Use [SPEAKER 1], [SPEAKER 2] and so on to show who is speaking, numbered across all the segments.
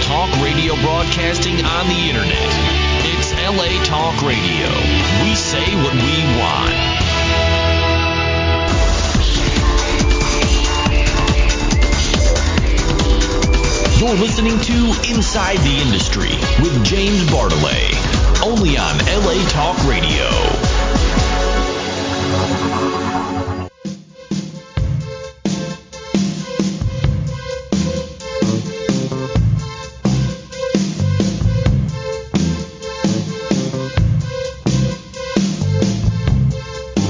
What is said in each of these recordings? [SPEAKER 1] talk radio broadcasting on the internet. It's LA Talk Radio. We say what we want. You're listening to Inside the Industry with James Bartolet, only on LA Talk Radio.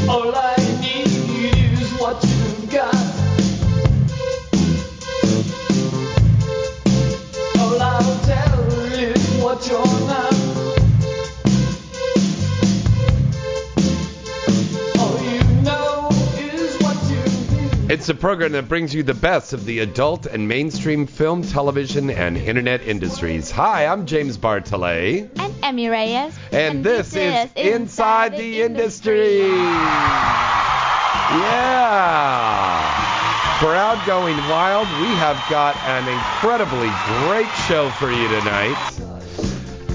[SPEAKER 2] All I need is what you got. All I'll tell is what you're not. All you know is what you do.
[SPEAKER 3] It's a program that brings you the best of the adult and mainstream film, television, and internet industries. Hi, I'm James Bartolet,
[SPEAKER 4] and Emmy Reyes.
[SPEAKER 3] and, this, is Inside the Industry. Yeah. For Outgoing Wild, we have got an incredibly great show for you tonight.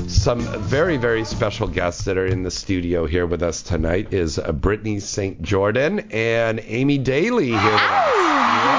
[SPEAKER 3] Some very, very special guests that are in the studio here with us tonight is uh, Brittany St. Jordan and Amy Daly here with us. Yeah.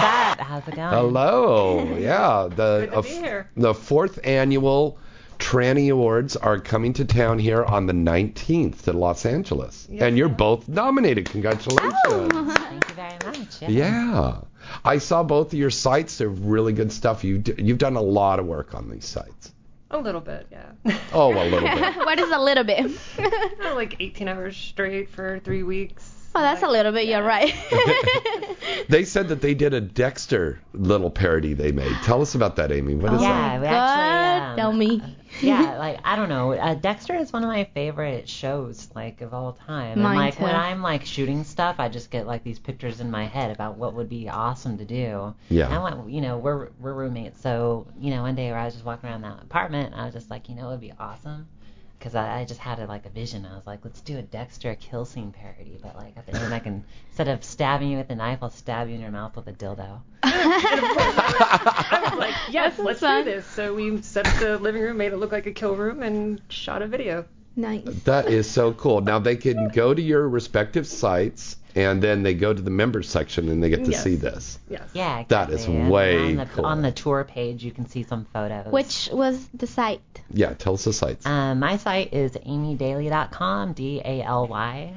[SPEAKER 5] that? How's it going?
[SPEAKER 3] Hello. Yeah, the of- the fourth annual Tranny Awards are coming to town here on the 19th to Los Angeles, and you're both nominated. Congratulations.
[SPEAKER 5] Thank you very much. Yeah.
[SPEAKER 3] Yeah. I saw both of your sites. They're really good stuff. You d- you've done a lot of work on these sites.
[SPEAKER 6] A little bit, yeah.
[SPEAKER 3] Oh, a little bit.
[SPEAKER 4] what is a little bit? oh,
[SPEAKER 6] Not like 18 hours straight for three weeks.
[SPEAKER 4] that's a little bit. You're right.
[SPEAKER 3] They said that they did a Dexter little parody they made. Tell us about that, Amy. What is
[SPEAKER 5] Yeah,
[SPEAKER 3] that?
[SPEAKER 5] we
[SPEAKER 4] God,
[SPEAKER 5] actually.
[SPEAKER 4] tell
[SPEAKER 5] Um,
[SPEAKER 4] me.
[SPEAKER 5] yeah, like I don't know. Uh, Dexter is one of my favorite shows, like of all time.
[SPEAKER 4] Mine
[SPEAKER 5] and like when
[SPEAKER 4] too.
[SPEAKER 5] I'm like shooting stuff, I just get like these pictures in my head about what would be awesome to do.
[SPEAKER 3] Yeah.
[SPEAKER 5] And I went, you know, we're we're roommates, so you know, one day where I was just walking around that apartment, and I was just like, you know, it'd be awesome. Because I, I just had a, like a vision. I was like, let's do a Dexter kill scene parody, but like at the end I can instead of stabbing you with a knife, I'll stab you in your mouth with a dildo.
[SPEAKER 6] I was like, yes,
[SPEAKER 4] That's
[SPEAKER 6] let's
[SPEAKER 4] fun.
[SPEAKER 6] do this. So we set up the living room, made it look like a kill room, and shot a video.
[SPEAKER 4] Nice.
[SPEAKER 3] That is so cool. Now they can go to your respective sites and then they go to the members section and they get to
[SPEAKER 6] Yes.
[SPEAKER 3] see this.
[SPEAKER 6] Yes.
[SPEAKER 5] Yeah,
[SPEAKER 3] That is
[SPEAKER 5] exactly. And
[SPEAKER 3] way
[SPEAKER 5] on the,
[SPEAKER 3] cool.
[SPEAKER 5] On the tour page, you can see some photos.
[SPEAKER 4] Which was the site?
[SPEAKER 3] Yeah, tell us the sites.
[SPEAKER 5] um, my site is amydaily.com, D-A-L-Y.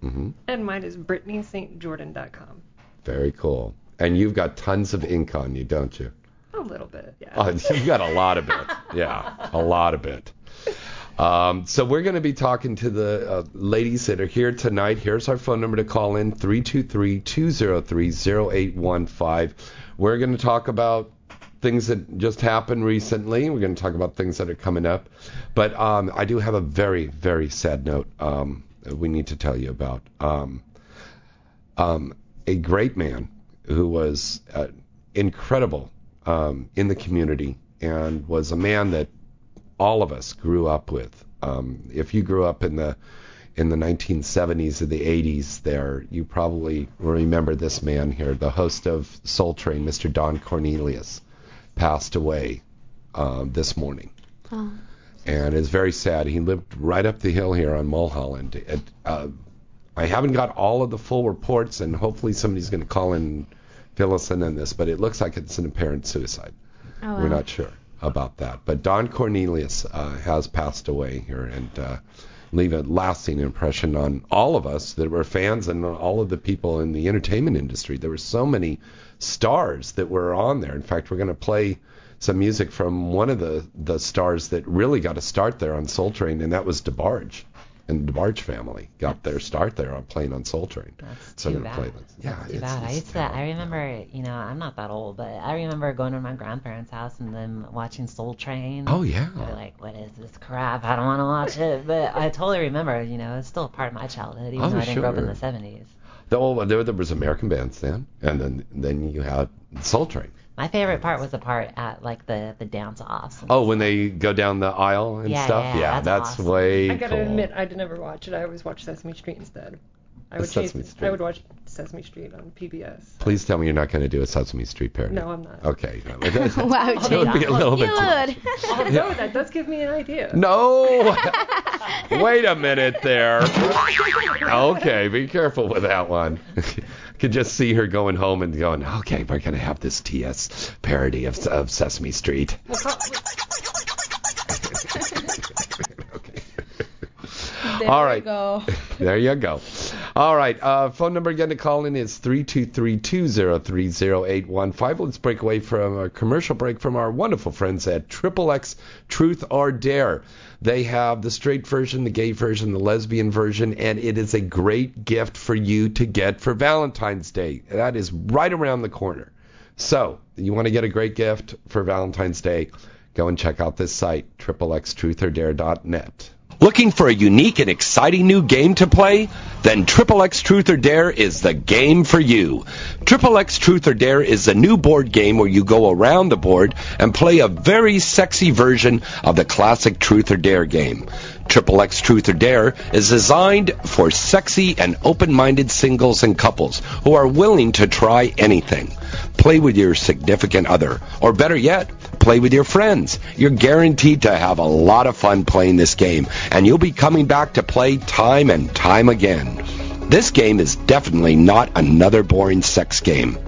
[SPEAKER 6] And mine is BrittanySt.Jordan.com.
[SPEAKER 3] Very cool. And you've got tons of ink on you, don't you?
[SPEAKER 6] A little bit, yeah.
[SPEAKER 3] Uh, you've got a lot of it. Yeah, a lot of it. Um, so we're going to be talking to the uh, ladies that are here tonight. Here's our phone number to call in 323-203-0815. We're going to talk about things that just happened recently. We're going to talk about things that are coming up. But um, I do have a very very sad note um, that we need to tell you about. Um, um, a great man who was uh, incredible um, in the community and was a man that all of us grew up with. Um, if you grew up in the in the 1970s and the 80s, there you probably remember this man here, the host of Soul Train, Mr. Don Cornelius, passed away um, this morning
[SPEAKER 4] Oh,
[SPEAKER 3] and it's very sad. He lived right up the hill here on Mulholland. It, uh, I haven't got all of the full reports, and hopefully somebody's going to call in and fill us in on this, but it looks like it's an apparent suicide.
[SPEAKER 4] oh
[SPEAKER 3] We're
[SPEAKER 4] wow.
[SPEAKER 3] not sure about that. But Don Cornelius uh, has passed away here and uh, leave a lasting impression on all of us that were fans and on all of the people in the entertainment industry. There were so many stars that were on there. In fact, we're going to play some music from one of the, the stars that really got a start there on Soul Train, and that was DeBarge. And the DeBarge family got their start there on playing on Soul Train.
[SPEAKER 5] That's
[SPEAKER 3] So
[SPEAKER 5] too
[SPEAKER 3] I'm gonna
[SPEAKER 5] bad.
[SPEAKER 3] play this. Yeah,
[SPEAKER 5] Too
[SPEAKER 3] it's-
[SPEAKER 5] bad. I
[SPEAKER 3] it's
[SPEAKER 5] used to, I remember, you know, I'm not that old, but I remember going to my grandparents' house and then watching Soul Train.
[SPEAKER 3] Oh, yeah.
[SPEAKER 5] They're like, what is this crap? I don't want to watch it. But I totally remember, you know, it's still a part of my childhood, even
[SPEAKER 3] Oh,
[SPEAKER 5] though I didn't grow up in
[SPEAKER 3] sure.
[SPEAKER 5] the 70s.
[SPEAKER 3] The old, there, there was American Bandstand, and then then you had Soul Train.
[SPEAKER 5] My favorite part was the part at, like, the, the dance-offs.
[SPEAKER 3] Oh, when they go down the aisle and
[SPEAKER 5] Yeah,
[SPEAKER 3] stuff.
[SPEAKER 5] yeah,
[SPEAKER 3] Yeah,
[SPEAKER 5] that's
[SPEAKER 3] that's,
[SPEAKER 5] awesome.
[SPEAKER 3] way
[SPEAKER 6] I gotta
[SPEAKER 3] cool.
[SPEAKER 6] admit, I did never watch it. I always watched Sesame Street instead. I would
[SPEAKER 3] Sesame
[SPEAKER 6] change,
[SPEAKER 3] Street.
[SPEAKER 6] I would watch Sesame Street on PBS.
[SPEAKER 3] Please tell me you're not going to do a Sesame Street parody.
[SPEAKER 6] No, I'm Oh not.
[SPEAKER 3] Okay. no, but that's-
[SPEAKER 4] Wow,
[SPEAKER 3] that would be a little bit.
[SPEAKER 4] You
[SPEAKER 3] too-
[SPEAKER 4] would.
[SPEAKER 6] Although that does give me an idea.
[SPEAKER 3] No. Wait a minute there. Okay, be careful with that one. I could just see her going home and going, okay, we're going to have this TS parody of, of Sesame Street. okay.
[SPEAKER 7] There
[SPEAKER 3] All
[SPEAKER 7] we
[SPEAKER 3] right.
[SPEAKER 7] go.
[SPEAKER 3] There you go. All right. Uh, phone number again to call in is 323-203-0815. Let's break away from a commercial break from our wonderful friends at Triple X Truth or Dare. They have the straight version, the gay version, the lesbian version, and it is a great gift for you to get for Valentine's Day. That is right around the corner. So, you want to get a great gift for Valentine's Day, go and check out this site, triplextruthordare.net. Looking for a unique and exciting new game to play? Then Triple X Truth or Dare is the game for you. Triple X Truth or Dare is a new board game where you go around the board and play a very sexy version of the classic Truth or Dare game. Triple X Truth or Dare is designed for sexy and open-minded singles and couples who are willing to try anything. Play with your significant other, or better yet, play with your friends. You're guaranteed to have a lot of fun playing this game, and you'll be coming back to play time and time again. This game is definitely not another boring sex game.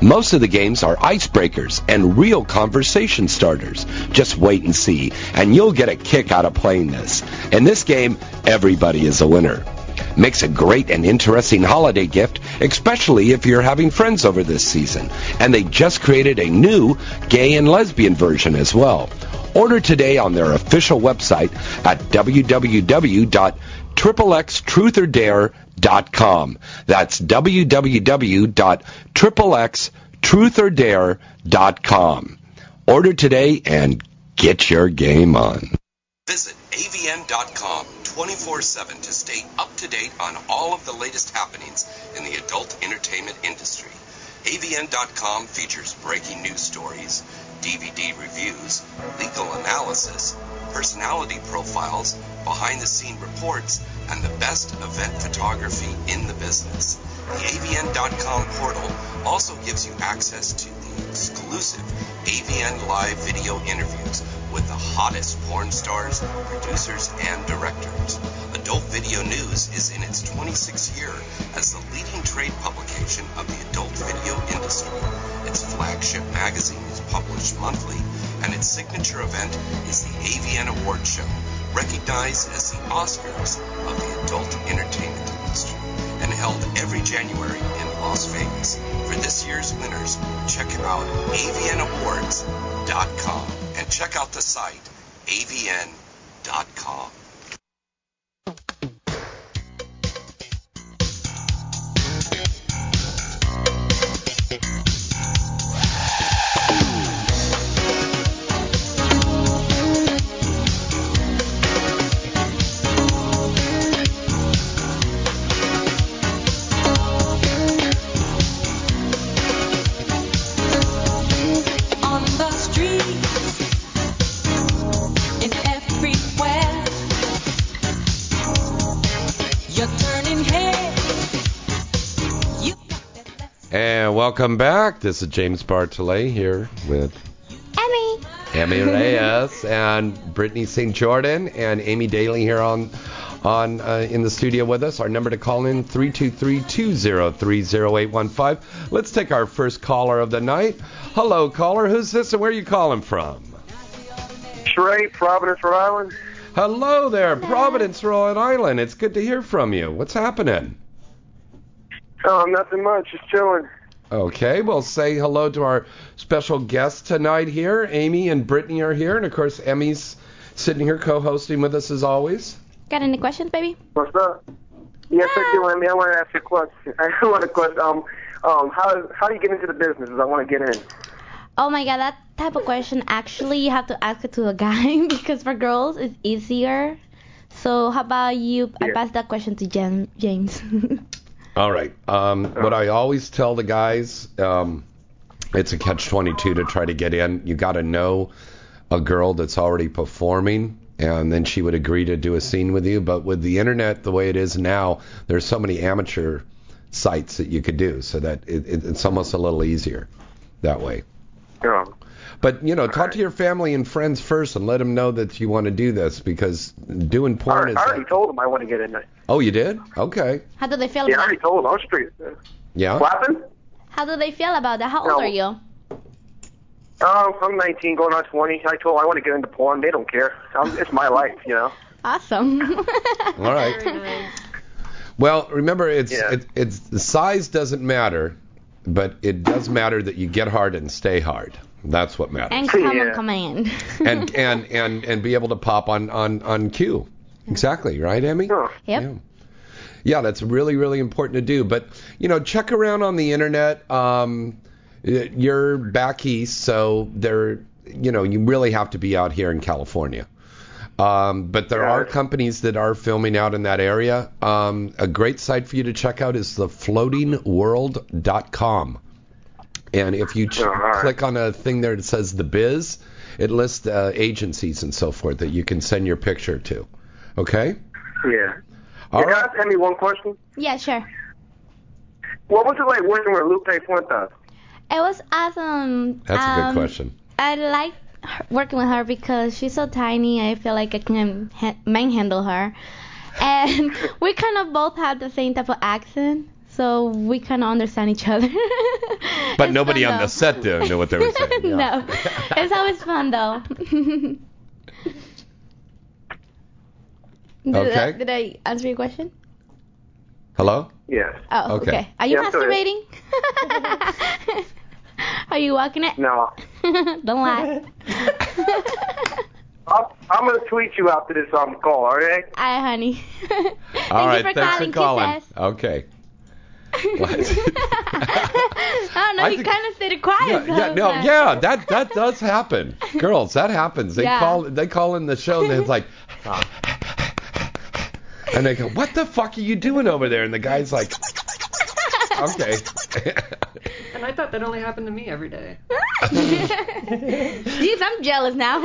[SPEAKER 3] Most of the games are icebreakers and real conversation starters. Just wait and see, and you'll get a kick out of playing this. In this game, everybody is a winner. Makes a great and interesting holiday gift, especially if you're having friends over this season. And they just created a new gay and lesbian version as well. Order today on their official website at www.xxxtruthordare.com. That's www.xxxtruthordare.com. Order today and get your game on.
[SPEAKER 8] Visit avn.com 24 7 to stay up to date on all of the latest happenings in the adult entertainment industry. avn.com features breaking news stories, DVD reviews, legal analysis, personality profiles, behind the scene reports, and the best event photography in the business. The avn.com portal also gives you access to the exclusive AVN live video interviews with the hottest porn stars, producers, and directors. Adult Video News is in its 26th year as the leading trade publication of the adult video industry. Its flagship magazine is published monthly, and its signature event is the AVN Award Show, recognized as the Oscars of the adult entertainment industry and held every January in Las Vegas. For this year's winners, check them out at avnawards.com and check out the site avn.com.
[SPEAKER 9] On the street, it's everywhere. You're turning heads. You got that left
[SPEAKER 3] And welcome back. This is James Bartolet here with
[SPEAKER 4] Emmy.
[SPEAKER 3] Emmy Reyes and Brittany St. Jordan and Amy Daly here on on uh, in the studio with us. Our number to call in 323-203-0815. Let's take our first caller of the night. Hello caller, who's this and where are you calling from?
[SPEAKER 10] Sheree, Providence, Rhode Island.
[SPEAKER 3] Hello there, Providence, Rhode Island. It's good to hear from you. What's happening?
[SPEAKER 10] Um, nothing much, just chilling.
[SPEAKER 3] Okay, well, say hello to our special guests tonight here. Amy and Brittany are here, and of course, Emmy's sitting here co-hosting with us as always.
[SPEAKER 4] Got any questions, baby?
[SPEAKER 10] What's up? Yes, I do, Amy. I want to ask you a question. I want to question. Um, um, how how do you get into the businesses? I want to get in.
[SPEAKER 4] Oh my god, that type of question actually you have to ask it to a guy because for girls it's easier. So how about you? I
[SPEAKER 10] Yeah.
[SPEAKER 4] pass that question to Jen, James.
[SPEAKER 3] All right. Um, what I always tell the guys, um, it's a catch-22 to try to get in. You got to know a girl that's already performing and then she would agree to do a scene with you. But with the internet the way it is now, there's so many amateur sites that you could do, so that it, it, it's almost a little easier that way.
[SPEAKER 10] Yeah.
[SPEAKER 3] But you know, talk to your family and friends first, and let them know that you want to do this because doing
[SPEAKER 10] I
[SPEAKER 3] porn
[SPEAKER 10] already,
[SPEAKER 3] is.
[SPEAKER 10] I
[SPEAKER 3] like-
[SPEAKER 10] already told him I want to get in there.
[SPEAKER 3] oh, you did? Okay.
[SPEAKER 4] How do they feel
[SPEAKER 10] Yeah, I
[SPEAKER 4] about
[SPEAKER 10] already told him. I was straight.
[SPEAKER 3] Yeah.
[SPEAKER 10] Clapping?
[SPEAKER 4] How do they feel about that? How old
[SPEAKER 10] No.
[SPEAKER 4] are you?
[SPEAKER 10] Um, I'm 19, going on 20. I told him I want to get into porn. They don't care. I'm, it's my life, you know.
[SPEAKER 4] Awesome.
[SPEAKER 3] All right. Well, remember, it's it, it's the size doesn't matter, but it does matter that you get hard and stay hard. That's what matters.
[SPEAKER 4] and come on command.
[SPEAKER 3] and and and and be able to pop on on on cue. Exactly right, Emmy.
[SPEAKER 4] Yep.
[SPEAKER 3] Yeah, that's really really important to do. But you know, check around on the internet. Um, y- you're back east, so there, you know, you really have to be out here in California. Um, but there are companies that are filming out in that area. Um, a great site for you to check out is thefloatingworld.com. And if you ch- click on a thing there that says the biz, it lists uh, agencies and so forth that you can send your picture to. Okay?
[SPEAKER 10] Yeah.
[SPEAKER 3] All
[SPEAKER 10] Can I ask Emmy one question?
[SPEAKER 4] yeah, sure.
[SPEAKER 10] What was it like working with Lupe Puenta?
[SPEAKER 4] It was awesome.
[SPEAKER 3] That's a good
[SPEAKER 4] Um,
[SPEAKER 3] question.
[SPEAKER 4] I like her- working with her because she's so tiny. I feel like I can ha- manhandle her. And we kind of both have the same type of accent, so we kind of understand each other.
[SPEAKER 3] But nobody on
[SPEAKER 4] though.
[SPEAKER 3] the set there knew what they were saying.
[SPEAKER 4] no, it's always fun though. did, I,
[SPEAKER 3] Okay.
[SPEAKER 4] did I answer your question?
[SPEAKER 3] Hello?
[SPEAKER 10] Yes.
[SPEAKER 4] Oh, okay.
[SPEAKER 3] Okay.
[SPEAKER 4] Are you
[SPEAKER 10] Yeah, go ahead.
[SPEAKER 4] masturbating? Are you walking it?
[SPEAKER 10] No.
[SPEAKER 4] Don't lie.
[SPEAKER 10] I'm, I'm going to tweet you after this um, call, all right?
[SPEAKER 4] Hi, honey.
[SPEAKER 3] All right,
[SPEAKER 4] you for calling.
[SPEAKER 3] thanks for calling.
[SPEAKER 4] Kisses.
[SPEAKER 3] Okay.
[SPEAKER 4] I don't know.
[SPEAKER 3] I
[SPEAKER 4] Oh, you
[SPEAKER 3] think-
[SPEAKER 4] kind of stayed quiet.
[SPEAKER 3] yeah, yeah, no, yeah, that that does happen. Girls, that happens. They
[SPEAKER 4] Yeah.
[SPEAKER 3] call they call in the show and they're like And they go, "What the fuck are you doing over there?" And the guy's like, "Okay."
[SPEAKER 6] And I thought that only happened to me every day.
[SPEAKER 4] Jeez, I'm jealous now.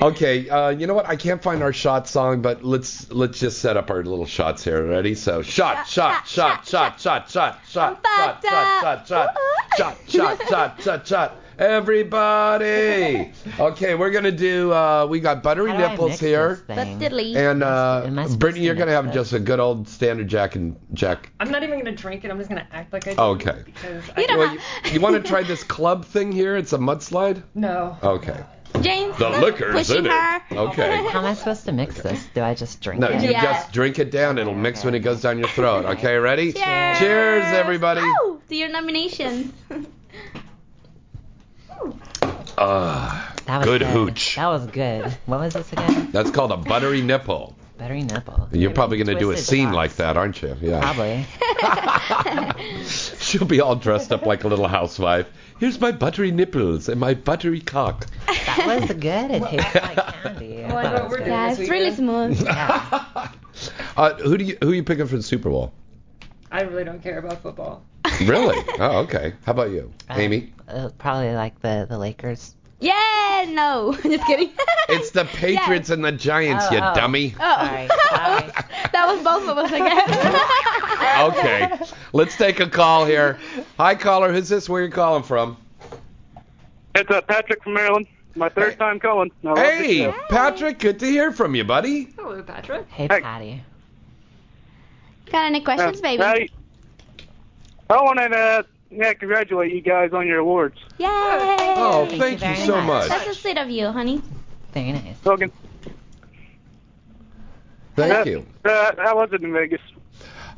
[SPEAKER 3] okay, uh, you know what? I can't find our shot song, but let's let's just set up our little shots here. Ready? So, shot, shot, shot, shot, shot, shot, shot, shot, shot, shot, shot, shot, shot, shot, shot, shot. Everybody. Okay, we're gonna do. Uh, we got buttery
[SPEAKER 4] How do I
[SPEAKER 3] nipples
[SPEAKER 4] mix
[SPEAKER 3] here.
[SPEAKER 4] this thing? Let's delete.
[SPEAKER 3] And uh, Brittany, you're gonna have just a good old standard Jack and Jack.
[SPEAKER 6] I'm not even gonna drink it. I'm just gonna act like I. did
[SPEAKER 3] Oh, Okay.
[SPEAKER 6] Because I
[SPEAKER 3] Well, you, you want to try this club thing here? It's a mudslide.
[SPEAKER 6] No.
[SPEAKER 3] Okay.
[SPEAKER 4] James.
[SPEAKER 3] The
[SPEAKER 5] stop
[SPEAKER 3] liquor's in
[SPEAKER 5] pushing
[SPEAKER 3] it.
[SPEAKER 5] her.
[SPEAKER 3] Okay.
[SPEAKER 5] How am I supposed to mix this? Do I just drink
[SPEAKER 3] No,
[SPEAKER 5] it?
[SPEAKER 3] you just drink it down. It'll mix when it goes down your throat. Okay, ready?
[SPEAKER 4] Cheers.
[SPEAKER 3] Cheers, everybody.
[SPEAKER 4] Oh, to your nomination.
[SPEAKER 3] Ah,
[SPEAKER 5] That was
[SPEAKER 3] good
[SPEAKER 5] good.
[SPEAKER 3] hooch.
[SPEAKER 5] That was good. What was this again?
[SPEAKER 3] That's called a buttery nipple.
[SPEAKER 5] Buttery nipple.
[SPEAKER 3] You're probably going to do a
[SPEAKER 5] Twisted
[SPEAKER 3] scene like that, aren't you? Yeah.
[SPEAKER 5] Probably.
[SPEAKER 3] She'll be all dressed up like a little housewife. Here's my buttery nipples and my buttery cock.
[SPEAKER 5] That was good. It tasted like candy. I thought it was good.
[SPEAKER 4] yeah, it's really smooth.
[SPEAKER 3] Uh, who do you who are you picking for the Super Bowl?
[SPEAKER 6] I really don't care about football.
[SPEAKER 3] Really? oh, okay. How about you, Amy?
[SPEAKER 5] Uh, probably like the the Lakers.
[SPEAKER 4] Yeah, no. Just kidding.
[SPEAKER 3] It's the Patriots and the Giants, you
[SPEAKER 5] Oh, oh.
[SPEAKER 3] dummy.
[SPEAKER 4] Oh. that was both of us, I guess.
[SPEAKER 3] Okay. Let's take a call here. Hi, caller. Who's this? Where you calling from?
[SPEAKER 11] It's uh, Patrick from Maryland. My third time calling. I love Oh, this
[SPEAKER 3] Hey,
[SPEAKER 11] show.
[SPEAKER 3] Patrick. Good to hear from you, buddy.
[SPEAKER 6] Hello, Patrick.
[SPEAKER 5] Hey, Patty.
[SPEAKER 4] Got any questions,
[SPEAKER 11] Uh,
[SPEAKER 4] baby?
[SPEAKER 11] hey, I wanted to yeah, congratulate you guys on your awards.
[SPEAKER 4] Yay!
[SPEAKER 11] Oh, Thank thank you you very so much. much.
[SPEAKER 4] That's so sweet of you, honey.
[SPEAKER 5] Very nice.
[SPEAKER 11] Logan.
[SPEAKER 3] Thank
[SPEAKER 11] Uh,
[SPEAKER 3] you.
[SPEAKER 11] Uh, I was in Vegas.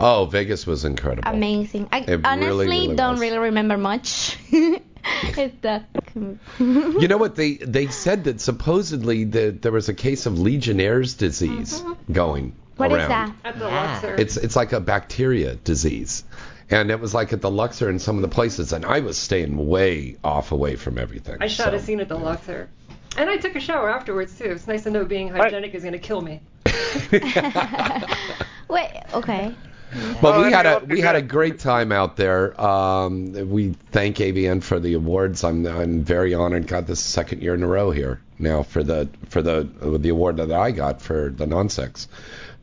[SPEAKER 3] Oh, Vegas was incredible.
[SPEAKER 4] Amazing. I
[SPEAKER 3] It really,
[SPEAKER 4] honestly
[SPEAKER 3] really
[SPEAKER 4] don't
[SPEAKER 3] was.
[SPEAKER 4] really remember much. it's uh, the
[SPEAKER 3] You know what they they said that supposedly that there was a case of Legionnaire's disease going
[SPEAKER 4] Mm-hmm. What is
[SPEAKER 3] around.
[SPEAKER 4] that?
[SPEAKER 6] At the Luxor.
[SPEAKER 3] It's it's like a bacteria disease, and it was like at the Luxor and some of the places, and I was staying way off away from everything.
[SPEAKER 6] I shot
[SPEAKER 3] so.
[SPEAKER 6] a scene at the Luxor. And I took a shower afterwards too. It's nice to know being hygienic is gonna kill me.
[SPEAKER 4] Wait, okay.
[SPEAKER 3] But we had a we had a great time out there. Um, we thank ABN for the awards. I'm I'm very honored. Got this second year in a row here now for the for the uh, the award that I got for the non-sex.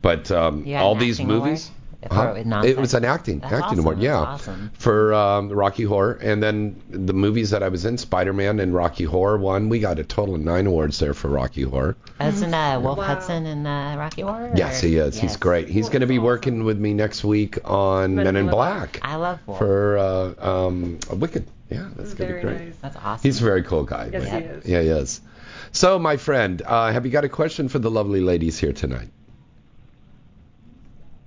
[SPEAKER 3] But um,
[SPEAKER 5] You had
[SPEAKER 3] all
[SPEAKER 5] an
[SPEAKER 3] these
[SPEAKER 5] acting
[SPEAKER 3] movies.
[SPEAKER 5] award? Or with
[SPEAKER 3] it
[SPEAKER 5] non-sex?
[SPEAKER 3] was an acting
[SPEAKER 5] That's
[SPEAKER 3] acting
[SPEAKER 5] awesome.
[SPEAKER 3] award, yeah,
[SPEAKER 5] That's awesome.
[SPEAKER 3] for um, Rocky Horror, and then the movies that I was in, Spider-Man and Rocky Horror One. We got a total of nine awards there for Rocky Horror.
[SPEAKER 5] Isn't uh, Wolf Hudson in uh, Rocky Horror?
[SPEAKER 3] Yes, he is. He's great. He's going to be working with me next week on Men in Black
[SPEAKER 5] I love Wolf.
[SPEAKER 3] for uh, um, Wicked. Yeah, that's going to be great.
[SPEAKER 5] That's awesome.
[SPEAKER 3] He's a very cool guy.
[SPEAKER 5] Yes,
[SPEAKER 3] but-
[SPEAKER 5] he is.
[SPEAKER 3] Yeah, he is. So, my friend, uh, have you got a question for the lovely ladies here tonight?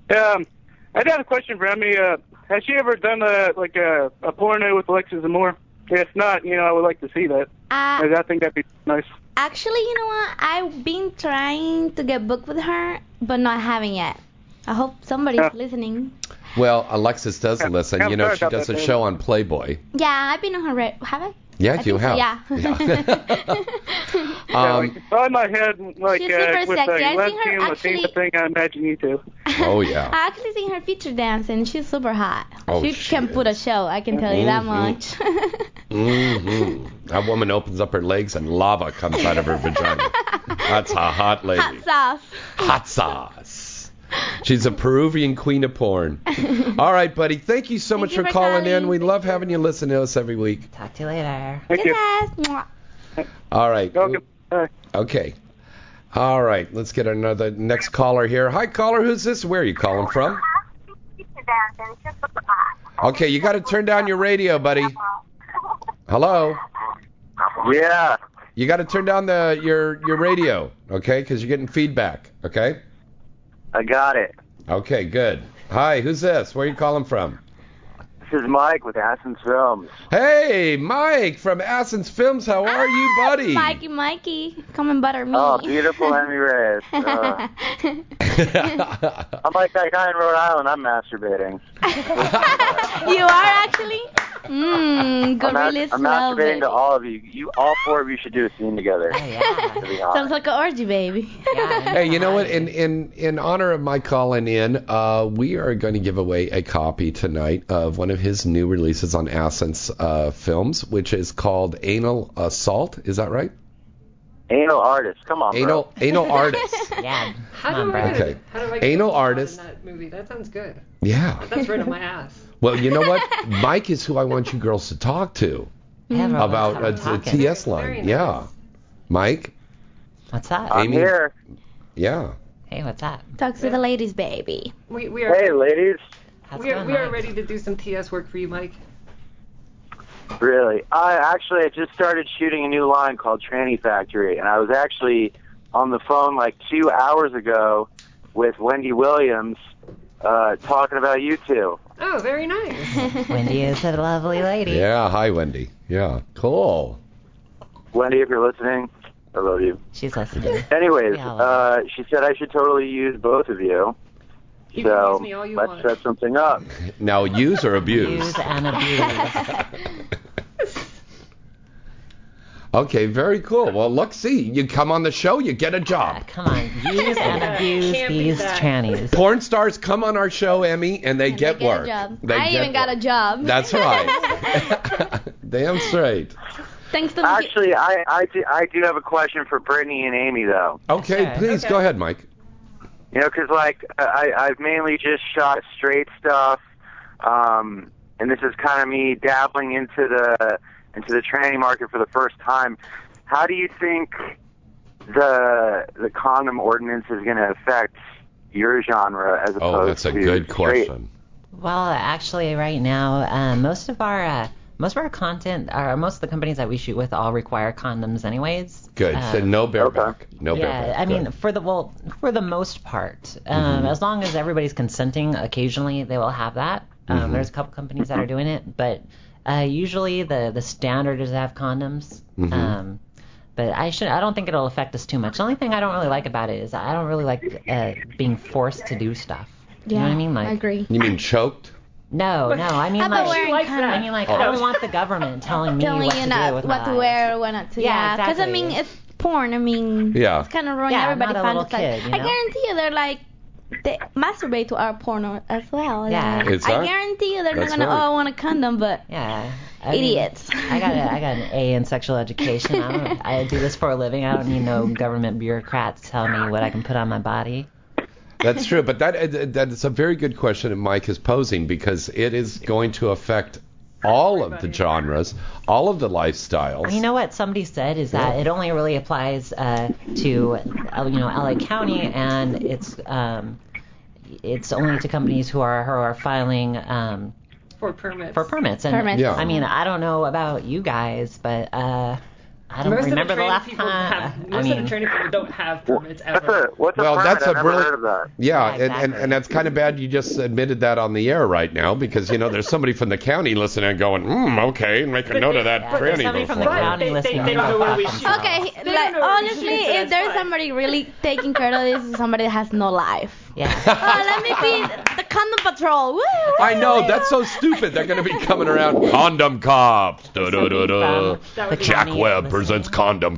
[SPEAKER 11] Um, I got a question for Emmy. Uh, has she ever done a like a, a porno with Alexis Zamora? If not, you know, I would like to see that.
[SPEAKER 4] Uh,
[SPEAKER 11] 'Cause I think that'd be nice.
[SPEAKER 4] Actually, you know what? I've been trying to get booked with her, but not having yet. I hope somebody's
[SPEAKER 10] Uh.
[SPEAKER 4] listening.
[SPEAKER 3] Well, Alexis does listen.
[SPEAKER 11] I'm
[SPEAKER 3] you know,
[SPEAKER 11] sorry
[SPEAKER 3] she
[SPEAKER 11] about
[SPEAKER 3] does
[SPEAKER 11] that,
[SPEAKER 3] a
[SPEAKER 11] David.
[SPEAKER 3] show on Playboy.
[SPEAKER 4] Yeah, I've been on her. Re- have I?
[SPEAKER 3] Yeah,
[SPEAKER 4] I
[SPEAKER 3] you
[SPEAKER 4] think so,
[SPEAKER 3] have.
[SPEAKER 4] yeah.
[SPEAKER 3] Um,
[SPEAKER 11] On my head, like
[SPEAKER 4] She's
[SPEAKER 11] uh,
[SPEAKER 4] super
[SPEAKER 11] with
[SPEAKER 4] sexy. I
[SPEAKER 11] the
[SPEAKER 4] think her
[SPEAKER 11] lesbian Latina
[SPEAKER 4] actually-
[SPEAKER 11] thing, I imagine you too.
[SPEAKER 3] oh yeah.
[SPEAKER 4] I actually seen her feature dance, and she's super hot.
[SPEAKER 3] Oh,
[SPEAKER 4] she,
[SPEAKER 3] she
[SPEAKER 4] can put a show. I can tell you that
[SPEAKER 3] Mhm.
[SPEAKER 4] much.
[SPEAKER 3] hmm That woman opens up her legs and lava comes out of her vagina. That's a hot lady.
[SPEAKER 4] Hot sauce.
[SPEAKER 3] Hot sauce. She's a Peruvian queen of porn. All right, buddy. Thank you so much
[SPEAKER 5] you
[SPEAKER 3] for
[SPEAKER 5] for
[SPEAKER 3] calling
[SPEAKER 5] calling.
[SPEAKER 3] in. We love having you listen to us every week.
[SPEAKER 5] Talk to you later. Oh,
[SPEAKER 11] Thank you.
[SPEAKER 3] All right. Okay. All right. Let's get another next caller here. Hi, caller. Who's this? Where are you calling from? Okay, you got to turn down your radio, buddy. Hello.
[SPEAKER 10] Yeah.
[SPEAKER 3] You got to turn down the your your radio, okay? Because you're getting feedback. Okay.
[SPEAKER 10] I got it.
[SPEAKER 3] Okay. Good. Hi. Who's this? Where are you calling from?
[SPEAKER 10] This is Mike with Ass and Films.
[SPEAKER 3] Hey, Mike from Assen's Films. How are you, buddy?
[SPEAKER 4] Ah, Mikey, Mikey, come and butter me.
[SPEAKER 10] Oh, beautiful Emmy Reyes. Uh, I'm like that guy in Rhode Island. I'm masturbating.
[SPEAKER 4] you are actually. Mmm,
[SPEAKER 10] I'm, mas-
[SPEAKER 4] gorilla
[SPEAKER 10] I'm
[SPEAKER 4] smell.
[SPEAKER 10] masturbating
[SPEAKER 4] baby.
[SPEAKER 10] to all of you. You, all four of you, should do a scene together. To be honest.
[SPEAKER 4] Sounds like an orgy, baby.
[SPEAKER 3] Hey, you know what? In in in honor of my calling in, uh, we are going to give away a copy tonight of one of his new releases on Assen's uh, Films, which is called Anal Assault. Is that right?
[SPEAKER 10] Anal artist. Come on,
[SPEAKER 3] Anal
[SPEAKER 10] bro.
[SPEAKER 3] anal artist.
[SPEAKER 5] yeah.
[SPEAKER 6] How
[SPEAKER 3] Come
[SPEAKER 6] do,
[SPEAKER 3] on,
[SPEAKER 6] I
[SPEAKER 3] bro.
[SPEAKER 6] get a-
[SPEAKER 3] Okay.
[SPEAKER 6] how do I get
[SPEAKER 3] Anal
[SPEAKER 6] a job
[SPEAKER 3] artist.
[SPEAKER 6] in that movie? That sounds good.
[SPEAKER 3] Yeah.
[SPEAKER 6] That's right on my ass.
[SPEAKER 3] Well, you know what? Mike is who I want you girls to talk to
[SPEAKER 6] Yeah,
[SPEAKER 5] bro,
[SPEAKER 3] about
[SPEAKER 5] Oh, that's
[SPEAKER 3] uh,
[SPEAKER 5] how I'm
[SPEAKER 3] the
[SPEAKER 5] talking.
[SPEAKER 3] TS
[SPEAKER 5] Very
[SPEAKER 3] line.
[SPEAKER 5] nice.
[SPEAKER 3] Yeah. Mike.
[SPEAKER 5] What's up?
[SPEAKER 3] I'm Amy? here. Yeah.
[SPEAKER 5] Hey, what's up?
[SPEAKER 4] Talk to the ladies, baby.
[SPEAKER 6] We, we are.
[SPEAKER 10] ladies.
[SPEAKER 6] we are, we are ready to do some TS work for you, Mike.
[SPEAKER 10] Really? I actually I just started shooting a new line called Tranny Factory, and I was actually on the phone like two hours ago with Wendy Williams uh, talking about you two.
[SPEAKER 6] Oh, very nice.
[SPEAKER 5] Wendy is a lovely lady.
[SPEAKER 3] Yeah. Hi, Wendy. Yeah. Cool.
[SPEAKER 10] Wendy, if you're listening, I love you.
[SPEAKER 5] She's listening.
[SPEAKER 10] Anyways,
[SPEAKER 5] Yeah, I
[SPEAKER 10] uh, she said I should totally use both of you.
[SPEAKER 6] You
[SPEAKER 10] so
[SPEAKER 6] can use me all you
[SPEAKER 10] let's
[SPEAKER 6] want.
[SPEAKER 10] set something up.
[SPEAKER 3] Now use or abuse.
[SPEAKER 5] Use and abuse.
[SPEAKER 3] Okay, very cool. Well, look, see, you come on the show, you get a job.
[SPEAKER 5] Come on, use and abuse
[SPEAKER 6] Can't be
[SPEAKER 5] these
[SPEAKER 6] that.
[SPEAKER 5] trannies.
[SPEAKER 3] Porn stars come on our show, Emmy, and they get
[SPEAKER 4] Get
[SPEAKER 3] work.
[SPEAKER 4] a job.
[SPEAKER 3] They
[SPEAKER 4] I
[SPEAKER 3] get
[SPEAKER 4] even got
[SPEAKER 3] work.
[SPEAKER 4] a job.
[SPEAKER 3] That's right. Damn straight.
[SPEAKER 4] Thanks to the
[SPEAKER 10] Actually, I I do, I do have a question for Brittany and Amy though.
[SPEAKER 3] Okay, please go ahead, Mike.
[SPEAKER 10] You know, 'cause like I, I've mainly just shot straight stuff, um, and this is kind of me dabbling into the into the tranny market for the first time. How do you think the the condom ordinance is going to affect your genre as opposed
[SPEAKER 3] Oh, that's a
[SPEAKER 10] to
[SPEAKER 3] good
[SPEAKER 10] straight?
[SPEAKER 3] question.
[SPEAKER 5] Well, actually, right now, uh, most of our uh, most of our content, or most of the companies that we shoot with, all require condoms, anyways.
[SPEAKER 3] Good.
[SPEAKER 5] Uh,
[SPEAKER 3] so no bareback. No
[SPEAKER 5] yeah,
[SPEAKER 3] bareback.
[SPEAKER 5] I mean,
[SPEAKER 3] Good.
[SPEAKER 5] for the well, for the most part, um, as long as everybody's consenting, occasionally they will have that. Um,
[SPEAKER 3] Mhm.
[SPEAKER 5] There's a couple companies that are doing it, but uh, usually the the standard is to have condoms.
[SPEAKER 3] Mhm.
[SPEAKER 5] Um, but I should I don't think it'll affect us too much. The only thing I don't really like about it is I don't really like uh, being forced to do stuff. you know what I mean? Like,
[SPEAKER 4] agree.
[SPEAKER 3] You mean choked?
[SPEAKER 5] No, no, I mean
[SPEAKER 4] How about
[SPEAKER 5] like,
[SPEAKER 4] wearing She likes
[SPEAKER 5] I
[SPEAKER 4] that.
[SPEAKER 5] mean like
[SPEAKER 3] Oh.
[SPEAKER 5] I don't want the government telling me
[SPEAKER 4] telling
[SPEAKER 5] what
[SPEAKER 4] you
[SPEAKER 5] to do
[SPEAKER 4] not
[SPEAKER 5] with
[SPEAKER 4] what
[SPEAKER 5] my
[SPEAKER 4] to
[SPEAKER 5] life.
[SPEAKER 4] wear or what not to.
[SPEAKER 5] Yeah,
[SPEAKER 4] because I
[SPEAKER 5] exactly.
[SPEAKER 4] mean it's porn. I mean,
[SPEAKER 3] Yeah.
[SPEAKER 4] it's kind of ruining
[SPEAKER 5] Yeah, I'm
[SPEAKER 4] everybody's
[SPEAKER 5] not a little
[SPEAKER 4] fantasy.
[SPEAKER 5] kid, you
[SPEAKER 4] I
[SPEAKER 5] know?
[SPEAKER 4] guarantee you, they're like, they masturbate to our porno as well.
[SPEAKER 5] Yeah.
[SPEAKER 4] Like,
[SPEAKER 5] It's
[SPEAKER 4] I
[SPEAKER 5] our-
[SPEAKER 4] guarantee you they're
[SPEAKER 5] That's
[SPEAKER 4] not gonna.
[SPEAKER 5] right.
[SPEAKER 4] Oh, I want a condom, but
[SPEAKER 5] yeah,
[SPEAKER 4] idiots.
[SPEAKER 5] I got a, I got an A in sexual education. I, don't, I do this for a living. I don't need no government bureaucrats telling me what I can put on my body.
[SPEAKER 3] That's true, but that that's a very good question that Mike is posing because it is going to affect all of the genres, all of the lifestyles.
[SPEAKER 5] You know what somebody said is that it only really applies uh, to uh, you know LA County, and it's um, it's only to companies who are who are filing um,
[SPEAKER 6] for permits.
[SPEAKER 5] for permits. And
[SPEAKER 6] Permits. Yeah.
[SPEAKER 5] I mean, I don't know about you guys, but uh, I don't
[SPEAKER 6] most of
[SPEAKER 5] remember the
[SPEAKER 6] the, training
[SPEAKER 5] last
[SPEAKER 6] people
[SPEAKER 5] time.
[SPEAKER 6] Have,
[SPEAKER 5] I
[SPEAKER 6] most of
[SPEAKER 5] mean-
[SPEAKER 6] the training people don't have permits ever.
[SPEAKER 3] well, that's a really yeah,
[SPEAKER 5] Yeah,
[SPEAKER 3] and, and
[SPEAKER 5] exactly.
[SPEAKER 3] and that's kind of bad. You just admitted that on the air right now because you know there's somebody from the county listening and going, mm, okay, and make a
[SPEAKER 5] But
[SPEAKER 3] note
[SPEAKER 5] they-
[SPEAKER 3] of that
[SPEAKER 5] but there's
[SPEAKER 3] tranny.
[SPEAKER 5] somebody from the
[SPEAKER 3] before.
[SPEAKER 5] county They- they- listening they don't know where we shoot.
[SPEAKER 4] Okay, like honestly, if there's somebody really taking care of this, is somebody that has no life.
[SPEAKER 5] Yeah.
[SPEAKER 4] oh, let me be the condom patrol. Woo!
[SPEAKER 3] I know that's so stupid. They're going to be coming around Oh, condom cops. Da, da, da, da.
[SPEAKER 5] That would be
[SPEAKER 3] Jack
[SPEAKER 5] funny,
[SPEAKER 3] Webb presents condom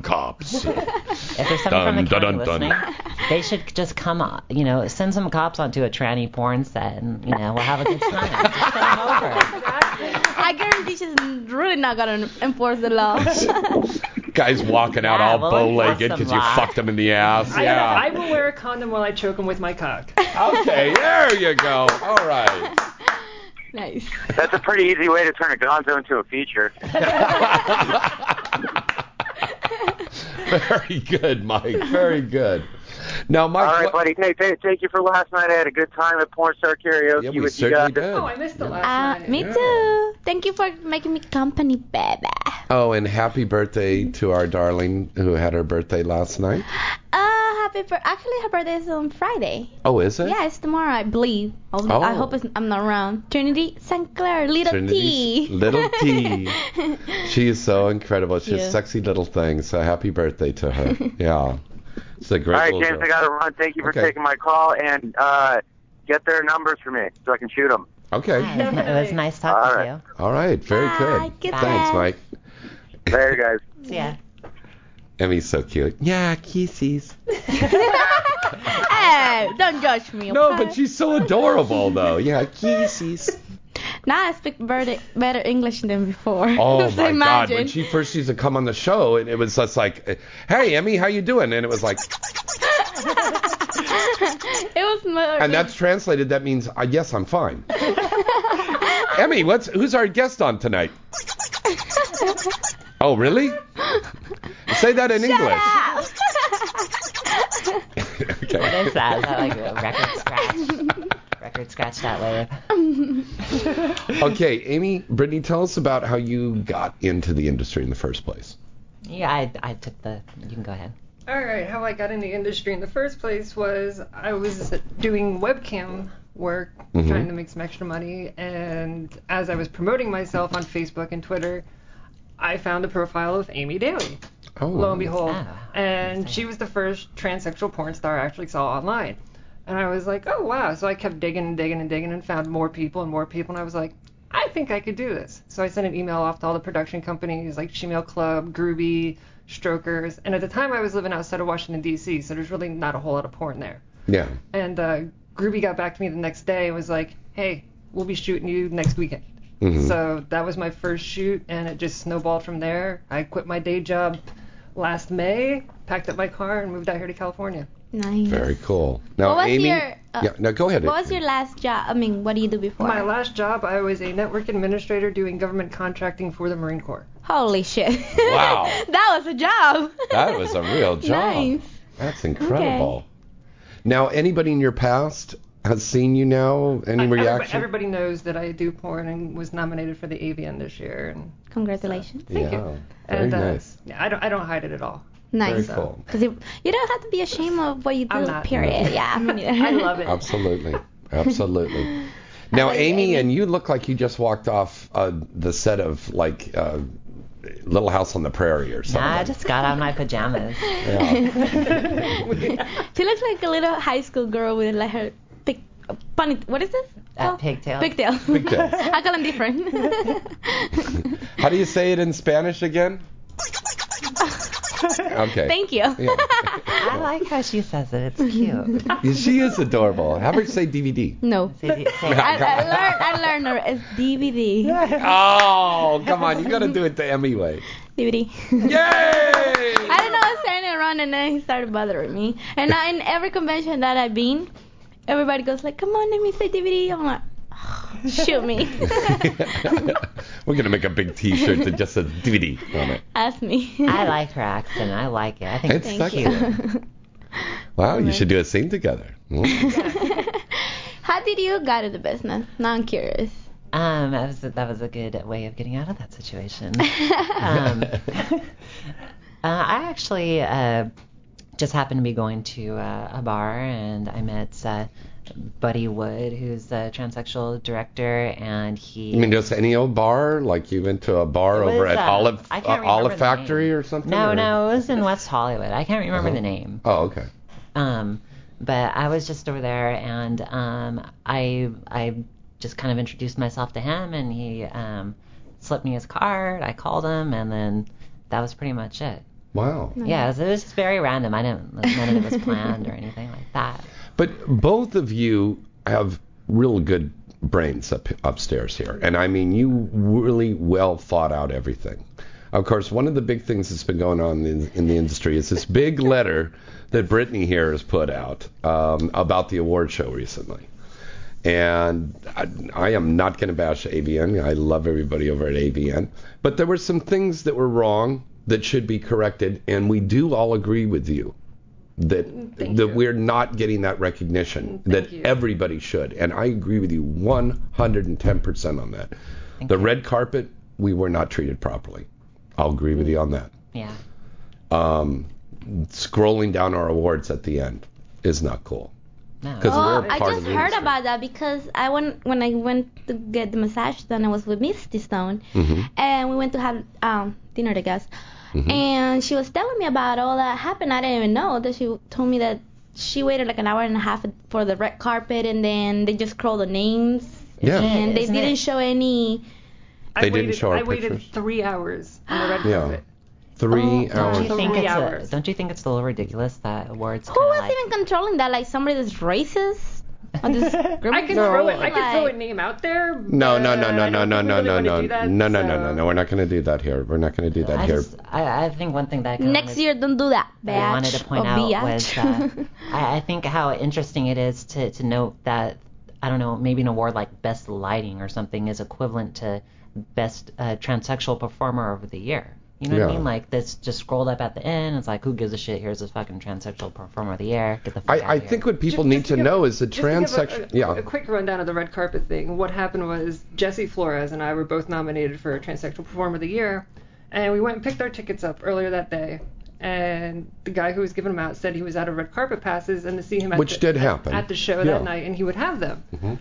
[SPEAKER 3] cops.
[SPEAKER 5] If there's someone from the
[SPEAKER 3] Dun,
[SPEAKER 5] county
[SPEAKER 3] dun, dun, dun.
[SPEAKER 5] listening, they should just come, uh, you know, send some cops onto a tranny porn set, and you know, we'll have a good time.
[SPEAKER 4] I guarantee she's really not gonna enforce the law.
[SPEAKER 3] Guys walking out all
[SPEAKER 6] well,
[SPEAKER 3] bow legged
[SPEAKER 6] awesome
[SPEAKER 3] because you
[SPEAKER 6] lot.
[SPEAKER 3] fucked them in the ass.
[SPEAKER 6] I,
[SPEAKER 3] yeah.
[SPEAKER 6] I will wear a condom while I choke him with my cock.
[SPEAKER 3] Okay, there you go. All right.
[SPEAKER 4] nice.
[SPEAKER 10] That's a pretty easy way to turn a gonzo into a feature.
[SPEAKER 3] Very good, Mike. Very good. Now, Mike.
[SPEAKER 10] All right,
[SPEAKER 3] what-
[SPEAKER 10] buddy. Hey, th- thank you for last night. I had a good time at Porn Star Karaoke
[SPEAKER 3] Yeah, we
[SPEAKER 10] with you
[SPEAKER 3] certainly
[SPEAKER 10] guys.
[SPEAKER 3] did. Oh, I
[SPEAKER 6] missed
[SPEAKER 10] the
[SPEAKER 4] Uh, me too. Thank you for making me company, baby.
[SPEAKER 3] Oh, and happy birthday to our darling who had her birthday last night.
[SPEAKER 4] Uh, happy birthday. Actually, her birthday is on Friday.
[SPEAKER 3] Oh, is it?
[SPEAKER 4] Yeah, it's tomorrow, I believe. I'll-
[SPEAKER 3] Oh.
[SPEAKER 4] I hope it's, I'm not wrong. Trinity St. Clair, little
[SPEAKER 3] Trinity's
[SPEAKER 4] T.
[SPEAKER 3] little T. She is so incredible. She's
[SPEAKER 4] Yeah.
[SPEAKER 3] a sexy little thing. So happy birthday to her. Yeah. It's a
[SPEAKER 10] All
[SPEAKER 3] great
[SPEAKER 10] right,
[SPEAKER 3] little
[SPEAKER 10] James,
[SPEAKER 3] girl.
[SPEAKER 10] I got to run. Thank you for
[SPEAKER 3] Okay.
[SPEAKER 10] taking my call and uh, get their numbers for me so I can shoot them.
[SPEAKER 3] Okay.
[SPEAKER 5] It was nice talking to you.
[SPEAKER 3] All right. Very good.
[SPEAKER 5] goodbye.
[SPEAKER 3] Thanks, Mike.
[SPEAKER 10] Later, guys.
[SPEAKER 5] Yeah.
[SPEAKER 3] Emmy's so cute. Yeah, kisses.
[SPEAKER 4] hey, don't judge me.
[SPEAKER 3] No,
[SPEAKER 4] okay?
[SPEAKER 3] but she's so adorable though. Yeah, kisses.
[SPEAKER 4] Now I speak better, better English than before.
[SPEAKER 3] Oh
[SPEAKER 4] So
[SPEAKER 3] my God!
[SPEAKER 4] imagine.
[SPEAKER 3] When she first used to come on the show, and it was just like, "Hey, Emmy, how you doing?" And it was like,
[SPEAKER 4] it was more.
[SPEAKER 3] and that's translated. That means, uh, "Yes, I'm fine." Emmy, what's who's our guest on tonight? Oh, really? Say that in English. Okay.
[SPEAKER 5] What is that? Is that like a record scratch? record scratch that way.
[SPEAKER 3] okay, Amy, Brittany, tell us about how you got into the industry in the first place.
[SPEAKER 5] Yeah, I, I took the. You can go ahead.
[SPEAKER 6] All right, how I got in the industry in the first place was I was doing webcam work,
[SPEAKER 2] Mhm.
[SPEAKER 6] trying to make some extra money, and as I was promoting myself on Facebook and Twitter, I found a profile of Amy Daly.
[SPEAKER 3] Oh.
[SPEAKER 6] Lo and behold, and she was the first transsexual porn star I actually saw online. And I was like, oh wow! So I kept digging and digging and digging and found more people and more people, and I was like, I think I could do this. So I sent an email off to all the production companies like Shemale Club, Groovy, Strokers, and at the time I was living outside of Washington D.C., so there's really not a whole lot of porn there.
[SPEAKER 3] Yeah.
[SPEAKER 6] And uh, Groovy got back to me the next day and was like, hey, we'll be shooting you next weekend.
[SPEAKER 3] Mm-hmm.
[SPEAKER 2] Mhm.
[SPEAKER 6] So that was my first shoot, and it just snowballed from there. I quit my day job last May, packed up my car, and moved out here to California.
[SPEAKER 4] nice.
[SPEAKER 3] Very cool. Now,
[SPEAKER 4] What was
[SPEAKER 3] Amy.
[SPEAKER 4] your, uh,
[SPEAKER 3] yeah. Now go ahead.
[SPEAKER 4] What was your last job? I mean, what do you do before?
[SPEAKER 6] My last job, I was a network administrator doing government contracting for the Marine Corps.
[SPEAKER 4] Holy shit.
[SPEAKER 3] Wow.
[SPEAKER 4] that was a job.
[SPEAKER 3] That was a real job.
[SPEAKER 4] Nice.
[SPEAKER 3] That's incredible. Now, anybody in your past has seen you now? Any
[SPEAKER 6] Everybody,
[SPEAKER 3] reaction?
[SPEAKER 6] everybody knows that I do porn and was nominated for the AVN this year. And
[SPEAKER 4] Congratulations.
[SPEAKER 6] thank
[SPEAKER 3] yeah.
[SPEAKER 6] you.
[SPEAKER 3] Very
[SPEAKER 6] and uh,
[SPEAKER 3] nice.
[SPEAKER 6] yeah, I don't, I don't hide it at all.
[SPEAKER 4] Nice.
[SPEAKER 3] Very cool.
[SPEAKER 4] Because you, you don't have to be ashamed of what you do,
[SPEAKER 6] I'm not.
[SPEAKER 4] period.
[SPEAKER 6] No.
[SPEAKER 4] Yeah, I mean,
[SPEAKER 6] I love it.
[SPEAKER 3] Absolutely. Absolutely. Now, Amy, and you look like you just walked off uh, the set of like uh, Little House on the Prairie or something.
[SPEAKER 5] Nah, I just got on my pajamas.
[SPEAKER 4] she looks like a little high school girl with like her big, funny, what is this? Oh,
[SPEAKER 5] That pigtail.
[SPEAKER 4] Pigtail.
[SPEAKER 3] Pigtail.
[SPEAKER 4] I call them different.
[SPEAKER 3] How do you say it in Spanish again? Okay.
[SPEAKER 4] Thank you.
[SPEAKER 3] Yeah.
[SPEAKER 5] I like how she says it. It's cute.
[SPEAKER 3] Yeah, she is adorable. Have her say DVD.
[SPEAKER 4] No. I, I learned. I learned. alre- It's DVD.
[SPEAKER 3] Oh, come on. You got to do it the Emmy way.
[SPEAKER 4] DVD.
[SPEAKER 3] Yay!
[SPEAKER 4] I don't know. I was turning around and then he started bothering me. And now in every convention that I've been, everybody goes like, "Come on, let me say DVD." I'm like, "Shoot me,
[SPEAKER 3] We're going to make a big t shirt that just says DVD on it.
[SPEAKER 4] ask me."
[SPEAKER 5] I like her accent. I like it. I think
[SPEAKER 3] It's
[SPEAKER 5] it's
[SPEAKER 3] sexy.
[SPEAKER 5] cute.
[SPEAKER 3] Wow, you should do a scene together. Mm.
[SPEAKER 4] How did you got into business? Now I'm curious.
[SPEAKER 5] Um, that was a, that was a good way of getting out of that situation. um, uh, I actually uh, just happened to be going to uh, a bar and I met uh, Buddy Wood, who's the transsexual director, and he.
[SPEAKER 3] You mean just any old bar? Like you went to a bar
[SPEAKER 5] It
[SPEAKER 3] over
[SPEAKER 5] was,
[SPEAKER 3] at
[SPEAKER 5] uh,
[SPEAKER 3] Olive
[SPEAKER 5] I can't
[SPEAKER 3] uh,
[SPEAKER 5] remember
[SPEAKER 3] Olive
[SPEAKER 5] the
[SPEAKER 3] Factory or something?
[SPEAKER 5] No,
[SPEAKER 3] or-
[SPEAKER 5] no, it was in West Hollywood. I can't remember the name.
[SPEAKER 3] Oh, okay.
[SPEAKER 5] Um, but I was just over there, and um, I I just kind of introduced myself to him, and he um, slipped me his card. I called him, and then that was pretty much it.
[SPEAKER 3] Wow.
[SPEAKER 5] Yeah, it was, it was just very random. I didn't none of it was planned or anything like that.
[SPEAKER 3] But both of you have real good brains up upstairs here, and I mean you really well thought out everything. Of course, one of the big things that's been going on in, in the industry is this big letter that Brittany here has put out um, about the award show recently. And I, I am not going to bash AVN. I love everybody over at AVN. But there were some things that were wrong that should be corrected, and we do all agree with you that that we're not getting that recognition that everybody should. And I agree with you 110% on that. the red carpet, we were not treated properly. I'll agree with you on that.
[SPEAKER 5] Yeah.
[SPEAKER 3] Um, scrolling down our awards at the end is not cool. Because
[SPEAKER 4] Oh,
[SPEAKER 3] we're
[SPEAKER 4] I
[SPEAKER 3] part
[SPEAKER 4] just
[SPEAKER 3] of the
[SPEAKER 4] heard about that because I went when I went to get the massage done. I was with Misty Stone,
[SPEAKER 3] Mhm.
[SPEAKER 4] and we went to have um, dinner, I guess.
[SPEAKER 3] Mm-hmm.
[SPEAKER 4] And she was telling me about all that happened. I didn't even know that she told me that she waited like an hour and a half for the red carpet, and then they just scrolled the names,
[SPEAKER 3] Yeah.
[SPEAKER 4] and they
[SPEAKER 6] Isn't it-
[SPEAKER 4] didn't show any.
[SPEAKER 6] I
[SPEAKER 3] They
[SPEAKER 6] waited,
[SPEAKER 3] didn't show our
[SPEAKER 6] I waited
[SPEAKER 3] pictures.
[SPEAKER 6] three hours on the red
[SPEAKER 3] Yeah.
[SPEAKER 6] carpet.
[SPEAKER 3] Three
[SPEAKER 5] Don't
[SPEAKER 3] hours.
[SPEAKER 5] you think
[SPEAKER 6] Three
[SPEAKER 5] it's a,
[SPEAKER 6] hours.
[SPEAKER 5] don't you think it's a little ridiculous that awards
[SPEAKER 4] Who
[SPEAKER 5] kind of
[SPEAKER 4] was
[SPEAKER 5] like
[SPEAKER 4] even controlling that? Like somebody that's racist? Or this
[SPEAKER 6] I can throw it. I can throw a name out there.
[SPEAKER 3] No, no, no, no, no, no, no, no, no,
[SPEAKER 6] do
[SPEAKER 3] no,
[SPEAKER 6] that,
[SPEAKER 3] no, no, no, no. We're not going to do that here. We're not going to do that
[SPEAKER 5] I
[SPEAKER 3] here.
[SPEAKER 5] just I, I think one thing that I kinda
[SPEAKER 4] Next year, don't do that. Bitch.
[SPEAKER 5] I wanted to point
[SPEAKER 4] or
[SPEAKER 5] out
[SPEAKER 4] biatch.
[SPEAKER 5] was uh, I, I think how interesting it is to, to note that I don't know maybe an award like best lighting or something is equivalent to best uh, transsexual performer of the year. You know what I
[SPEAKER 3] Yeah.
[SPEAKER 5] mean? Like this just scrolled up at the end. It's like who gives a shit? Here's this fucking transsexual performer of the year. Get the fuck out
[SPEAKER 3] I, I
[SPEAKER 5] of here.
[SPEAKER 3] think what people need to know is the
[SPEAKER 6] Just to give a-
[SPEAKER 3] transsexual.
[SPEAKER 6] a-
[SPEAKER 3] Yeah.
[SPEAKER 6] A quick rundown of the red carpet thing. What happened was Jesse Flores and I were both nominated for Transsexual Performer of the Year, and we went and picked our tickets up earlier that day. And the guy who was giving them out said he was out of red carpet passes, and to see him at
[SPEAKER 3] Which
[SPEAKER 6] the,
[SPEAKER 3] did happen.
[SPEAKER 6] at the show
[SPEAKER 3] Yeah.
[SPEAKER 6] that night, and he would have them.
[SPEAKER 3] Mhm.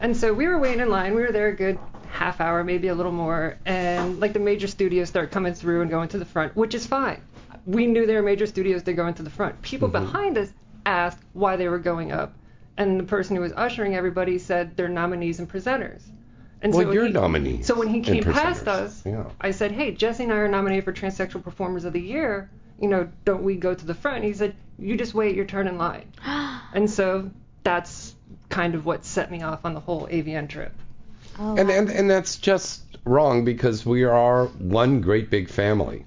[SPEAKER 6] And so we were waiting in line. We were there a good half hour, maybe a little more. And like the major studios start coming through and going to the front, which is fine. We knew there were major studios that go into the front. People
[SPEAKER 3] Mm-hmm.
[SPEAKER 6] behind us asked why they were going up. And the person who was ushering everybody said they're nominees and presenters. And
[SPEAKER 3] Well,
[SPEAKER 6] when
[SPEAKER 3] you're
[SPEAKER 6] he-
[SPEAKER 3] nominees
[SPEAKER 6] So when he
[SPEAKER 3] and
[SPEAKER 6] came past
[SPEAKER 3] presenters.
[SPEAKER 6] us,
[SPEAKER 3] Yeah.
[SPEAKER 6] I said, Hey, Jesse and I are nominated for Transsexual Performers of the Year. You know, don't we go to the front? He said, You just wait your turn in line. And so that's kind of what set me off on the whole AVN trip.
[SPEAKER 3] and, and and that's just wrong because we are one great big family,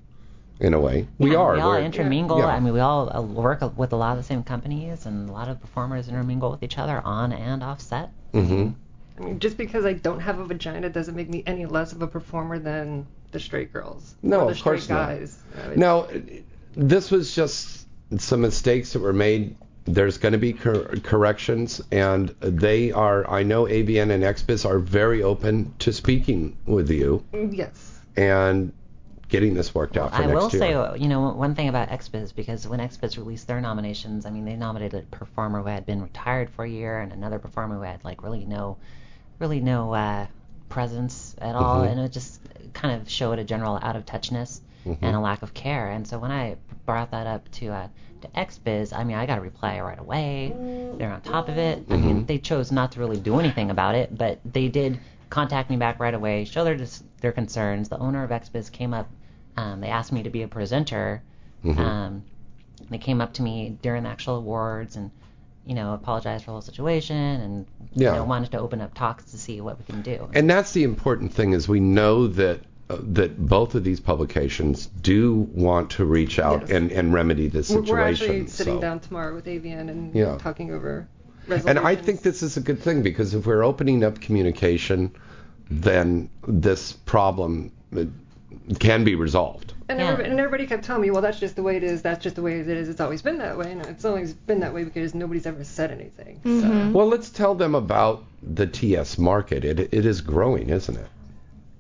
[SPEAKER 3] in a way. we are.
[SPEAKER 5] We all
[SPEAKER 3] We're-
[SPEAKER 5] intermingle.
[SPEAKER 3] yeah.
[SPEAKER 5] I mean, we all uh, work with a lot of the same companies, and a lot of performers intermingle with each other on and off set.
[SPEAKER 3] Mhm.
[SPEAKER 6] I mean, just because I don't have a vagina doesn't make me any less of a performer than the straight girls.
[SPEAKER 3] No,
[SPEAKER 6] or the
[SPEAKER 3] of course
[SPEAKER 6] straight
[SPEAKER 3] not.
[SPEAKER 6] guys.
[SPEAKER 3] Now, this was just some mistakes that were made. There's going to be cor- corrections, and they are. I know ABN and XBIS are very open to speaking with you
[SPEAKER 6] Yes.
[SPEAKER 3] and getting this worked out for
[SPEAKER 5] I
[SPEAKER 3] next
[SPEAKER 5] will
[SPEAKER 3] year.
[SPEAKER 5] say, you know, one thing about XBiz because when XBiz released their nominations, I mean, they nominated a performer who had been retired for a year and another performer who had like really no, really no uh, presence at all,
[SPEAKER 12] Mhm.
[SPEAKER 5] and it just kind of showed a general out of touchness and a lack of care. And so when I brought that up to uh, to XBiz, I mean, I got a reply right away. They're on top of it. I mean, they chose not to really do anything about it, but they did contact me back right away, show their dis- their concerns. The owner of XBiz came up. Um, they asked me to be a presenter
[SPEAKER 3] Mhm.
[SPEAKER 5] Um, they came up to me during the actual awards and, you know, apologized for the whole situation and
[SPEAKER 3] Yeah.
[SPEAKER 5] you know, wanted to open up talks to see what we can do.
[SPEAKER 3] And that's the important thing is we know that uh, that both of these publications do want to reach out and, and remedy this
[SPEAKER 6] We're-
[SPEAKER 3] situation.
[SPEAKER 6] We're actually sitting
[SPEAKER 3] so.
[SPEAKER 6] down tomorrow with AVN and
[SPEAKER 3] Yeah.
[SPEAKER 6] talking over
[SPEAKER 3] And
[SPEAKER 6] resolution.
[SPEAKER 3] I think this is a good thing because if we're opening up communication, then this problem uh, can be resolved.
[SPEAKER 6] And, everybody, and everybody kept telling me, well, that's just the way it is. That's just the way it is. It's always been that way. And it's always been that way because nobody's ever said anything.
[SPEAKER 3] Well, let's tell them about the TS market. It it is growing, isn't it?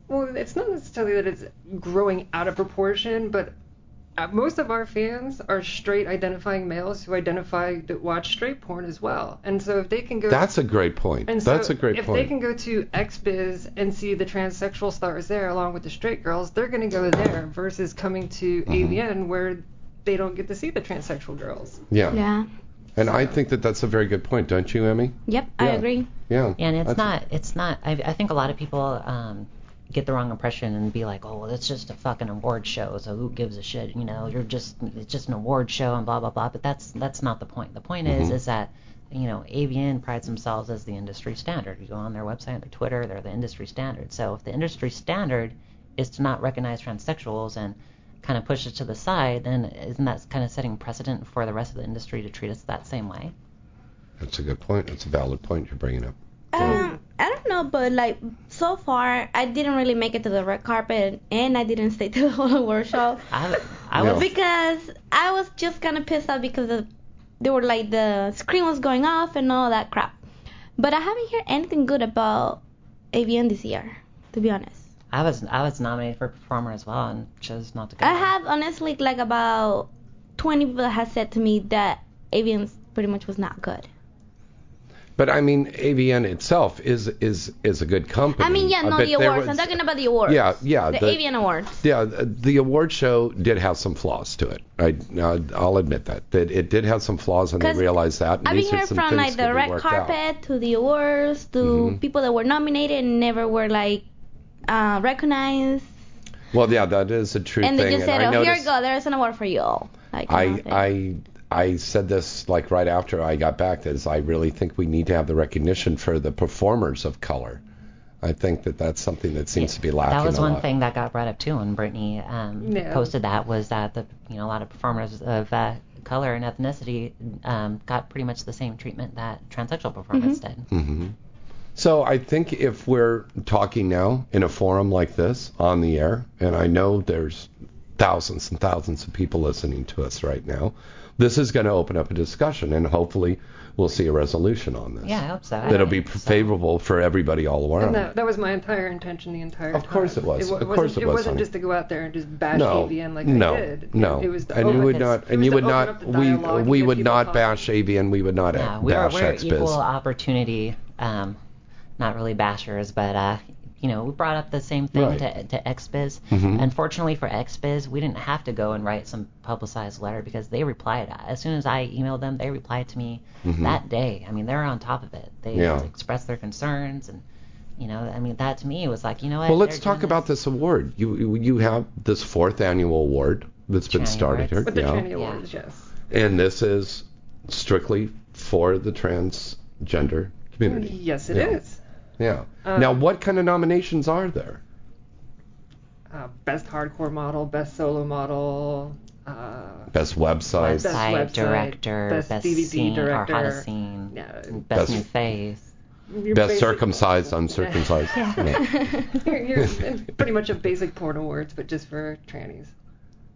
[SPEAKER 6] Well, it's not necessarily that it's growing out of proportion, but uh, most of our fans are straight identifying males who identify that watch straight porn as well. And so if they can go.
[SPEAKER 3] That's a great point.
[SPEAKER 6] And
[SPEAKER 3] That's
[SPEAKER 6] so
[SPEAKER 3] a great
[SPEAKER 6] if
[SPEAKER 3] point.
[SPEAKER 6] they can go to XBiz and see the transsexual stars there along with the straight girls, they're going to go there versus coming to
[SPEAKER 3] Mm-hmm.
[SPEAKER 6] AVN where they don't get to see the transsexual girls.
[SPEAKER 3] yeah.
[SPEAKER 4] Yeah.
[SPEAKER 3] And I think that that's a very good point, don't you, Emmy?
[SPEAKER 4] Yep,
[SPEAKER 3] I Yeah. agree. Yeah.
[SPEAKER 5] And it's
[SPEAKER 3] That's-
[SPEAKER 5] not, it's not, I, I think a lot of people um, get the wrong impression and be like, oh, well, it's just a fucking award show, so who gives a shit? You know, you're just, it's just an award show and blah, blah, blah. But that's, that's not the point. The point is,
[SPEAKER 12] Mhm.
[SPEAKER 5] is that, you know, AVN prides themselves as the industry standard. You go on their website, their Twitter, they're the industry standard. So if the industry standard is to not recognize transsexuals and kind of push it to the side, then isn't that kind of setting precedent for the rest of the industry to treat us that same way?
[SPEAKER 3] That's a good point. That's a valid point you're bringing up.
[SPEAKER 4] Um, I don't know, but like so far, I didn't really make it to the red carpet, and I didn't stay to the whole award show.
[SPEAKER 5] I,
[SPEAKER 3] I was-
[SPEAKER 4] because I was just kind of pissed off because the, they were like the screen was going off and all that crap. But I haven't heard anything good about AVN this year, to be honest.
[SPEAKER 5] I was I was nominated for performer as well and chose not to go.
[SPEAKER 4] I have honestly like about 20 people that has said to me that AVN pretty much was not good.
[SPEAKER 3] But I mean, AVN itself is is is a good company.
[SPEAKER 4] I mean, yeah,
[SPEAKER 3] Uh,
[SPEAKER 4] no,
[SPEAKER 3] but
[SPEAKER 4] the
[SPEAKER 3] there
[SPEAKER 4] awards.
[SPEAKER 3] was-
[SPEAKER 4] I'm talking about the awards.
[SPEAKER 3] Yeah, yeah,
[SPEAKER 4] The,
[SPEAKER 3] the-
[SPEAKER 4] AVN awards.
[SPEAKER 3] Yeah, th- the award show did have some flaws to it. I, I- I'll admit that. That it did have some flaws, and they
[SPEAKER 4] 'Cause
[SPEAKER 3] realized that. and
[SPEAKER 4] I've
[SPEAKER 3] these
[SPEAKER 4] been
[SPEAKER 3] are
[SPEAKER 4] hearing
[SPEAKER 3] some
[SPEAKER 4] from
[SPEAKER 3] things
[SPEAKER 4] like
[SPEAKER 3] that
[SPEAKER 4] the
[SPEAKER 3] we
[SPEAKER 4] red
[SPEAKER 3] worked out. Mm-hmm.
[SPEAKER 4] carpet to the awards to people that were nominated and never were like uh, recognized,
[SPEAKER 3] Well, yeah, that is a true
[SPEAKER 4] and
[SPEAKER 3] thing.
[SPEAKER 4] they just said,
[SPEAKER 3] and I
[SPEAKER 4] "Oh, here
[SPEAKER 3] noticed,
[SPEAKER 4] you go, there's an award for you all." Like, you know,
[SPEAKER 3] I,
[SPEAKER 4] they-
[SPEAKER 3] I, I said this like right after I got back. That is, I really think we need to have the recognition for the performers of color. I think that that's something that seems to be lacking.
[SPEAKER 5] That was
[SPEAKER 3] a
[SPEAKER 5] one
[SPEAKER 3] lot.
[SPEAKER 5] thing that got brought up too when Brittany um,
[SPEAKER 6] Yeah.
[SPEAKER 5] posted that was that the you know a lot of performers of uh, color and ethnicity um, got pretty much the same treatment that transsexual performers did.
[SPEAKER 3] hmm So I think if we're talking now in a forum like this on the air, and I know there's thousands and thousands of people listening to us right now, this is going to open up a discussion, and hopefully we'll see a resolution on this
[SPEAKER 5] Yeah, I hope so. I
[SPEAKER 3] that'll
[SPEAKER 5] don't-
[SPEAKER 3] be favorable for everybody all
[SPEAKER 6] And
[SPEAKER 3] around.
[SPEAKER 6] that, that was my entire intention the entire time.
[SPEAKER 3] Of course it was.
[SPEAKER 6] wa-
[SPEAKER 3] Of
[SPEAKER 6] wasn't-
[SPEAKER 3] course it was,
[SPEAKER 6] wasn't
[SPEAKER 3] honey.
[SPEAKER 6] just to go out there and just bash
[SPEAKER 3] no,
[SPEAKER 6] AVN like
[SPEAKER 3] no,
[SPEAKER 6] I did.
[SPEAKER 3] no,
[SPEAKER 6] It was oh, to
[SPEAKER 3] and you
[SPEAKER 6] open-
[SPEAKER 3] would
[SPEAKER 6] it
[SPEAKER 3] not,
[SPEAKER 6] was
[SPEAKER 3] and you
[SPEAKER 6] to
[SPEAKER 3] would
[SPEAKER 6] open up
[SPEAKER 3] not,
[SPEAKER 6] the
[SPEAKER 3] we
[SPEAKER 6] dialogue and
[SPEAKER 3] we
[SPEAKER 6] get
[SPEAKER 3] would
[SPEAKER 6] people
[SPEAKER 3] not
[SPEAKER 6] talking.
[SPEAKER 3] bash AVN, we would not
[SPEAKER 5] Yeah,
[SPEAKER 3] a-
[SPEAKER 5] we're,
[SPEAKER 3] bash
[SPEAKER 5] we're
[SPEAKER 3] X
[SPEAKER 5] equal
[SPEAKER 3] Biz.
[SPEAKER 5] opportunity, um, not really bashers, but uh, you know, we brought up the same thing
[SPEAKER 12] Right.
[SPEAKER 5] to, to XBiz.
[SPEAKER 3] Mm-hmm.
[SPEAKER 12] Mhm.
[SPEAKER 5] Unfortunately for XBiz, we didn't have to go and write some publicized letter because they replied. As soon as I emailed them, they replied to me
[SPEAKER 12] Mhm.
[SPEAKER 5] that day. I mean, they were on top of it. They
[SPEAKER 3] Mm-hmm. Yeah.
[SPEAKER 5] expressed their concerns and. You know, I mean, that to me was like, you know what?
[SPEAKER 3] Well, let's
[SPEAKER 5] they're
[SPEAKER 3] talk about this award. You you- you have this fourth annual award that's been started here.
[SPEAKER 6] With the
[SPEAKER 3] yeah.
[SPEAKER 6] Tranny Awards, yes.
[SPEAKER 3] And this is strictly for the transgender community.
[SPEAKER 6] Mm, Yes, it is.
[SPEAKER 3] Yeah. Yeah. now, what kind of nominations are there?
[SPEAKER 6] Uh, best hardcore model, best solo model, uh,
[SPEAKER 3] Best website,
[SPEAKER 6] best website,
[SPEAKER 5] director, best
[SPEAKER 6] DVD
[SPEAKER 5] scene or
[SPEAKER 6] director,
[SPEAKER 5] hottest scene,
[SPEAKER 6] Yeah.
[SPEAKER 5] best,
[SPEAKER 3] Best-
[SPEAKER 5] new face.
[SPEAKER 6] You're
[SPEAKER 3] best
[SPEAKER 6] basic-
[SPEAKER 3] circumcised, uncircumcised. Yeah.
[SPEAKER 6] you're, you're it's pretty much a basic porn awards, but just for trannies.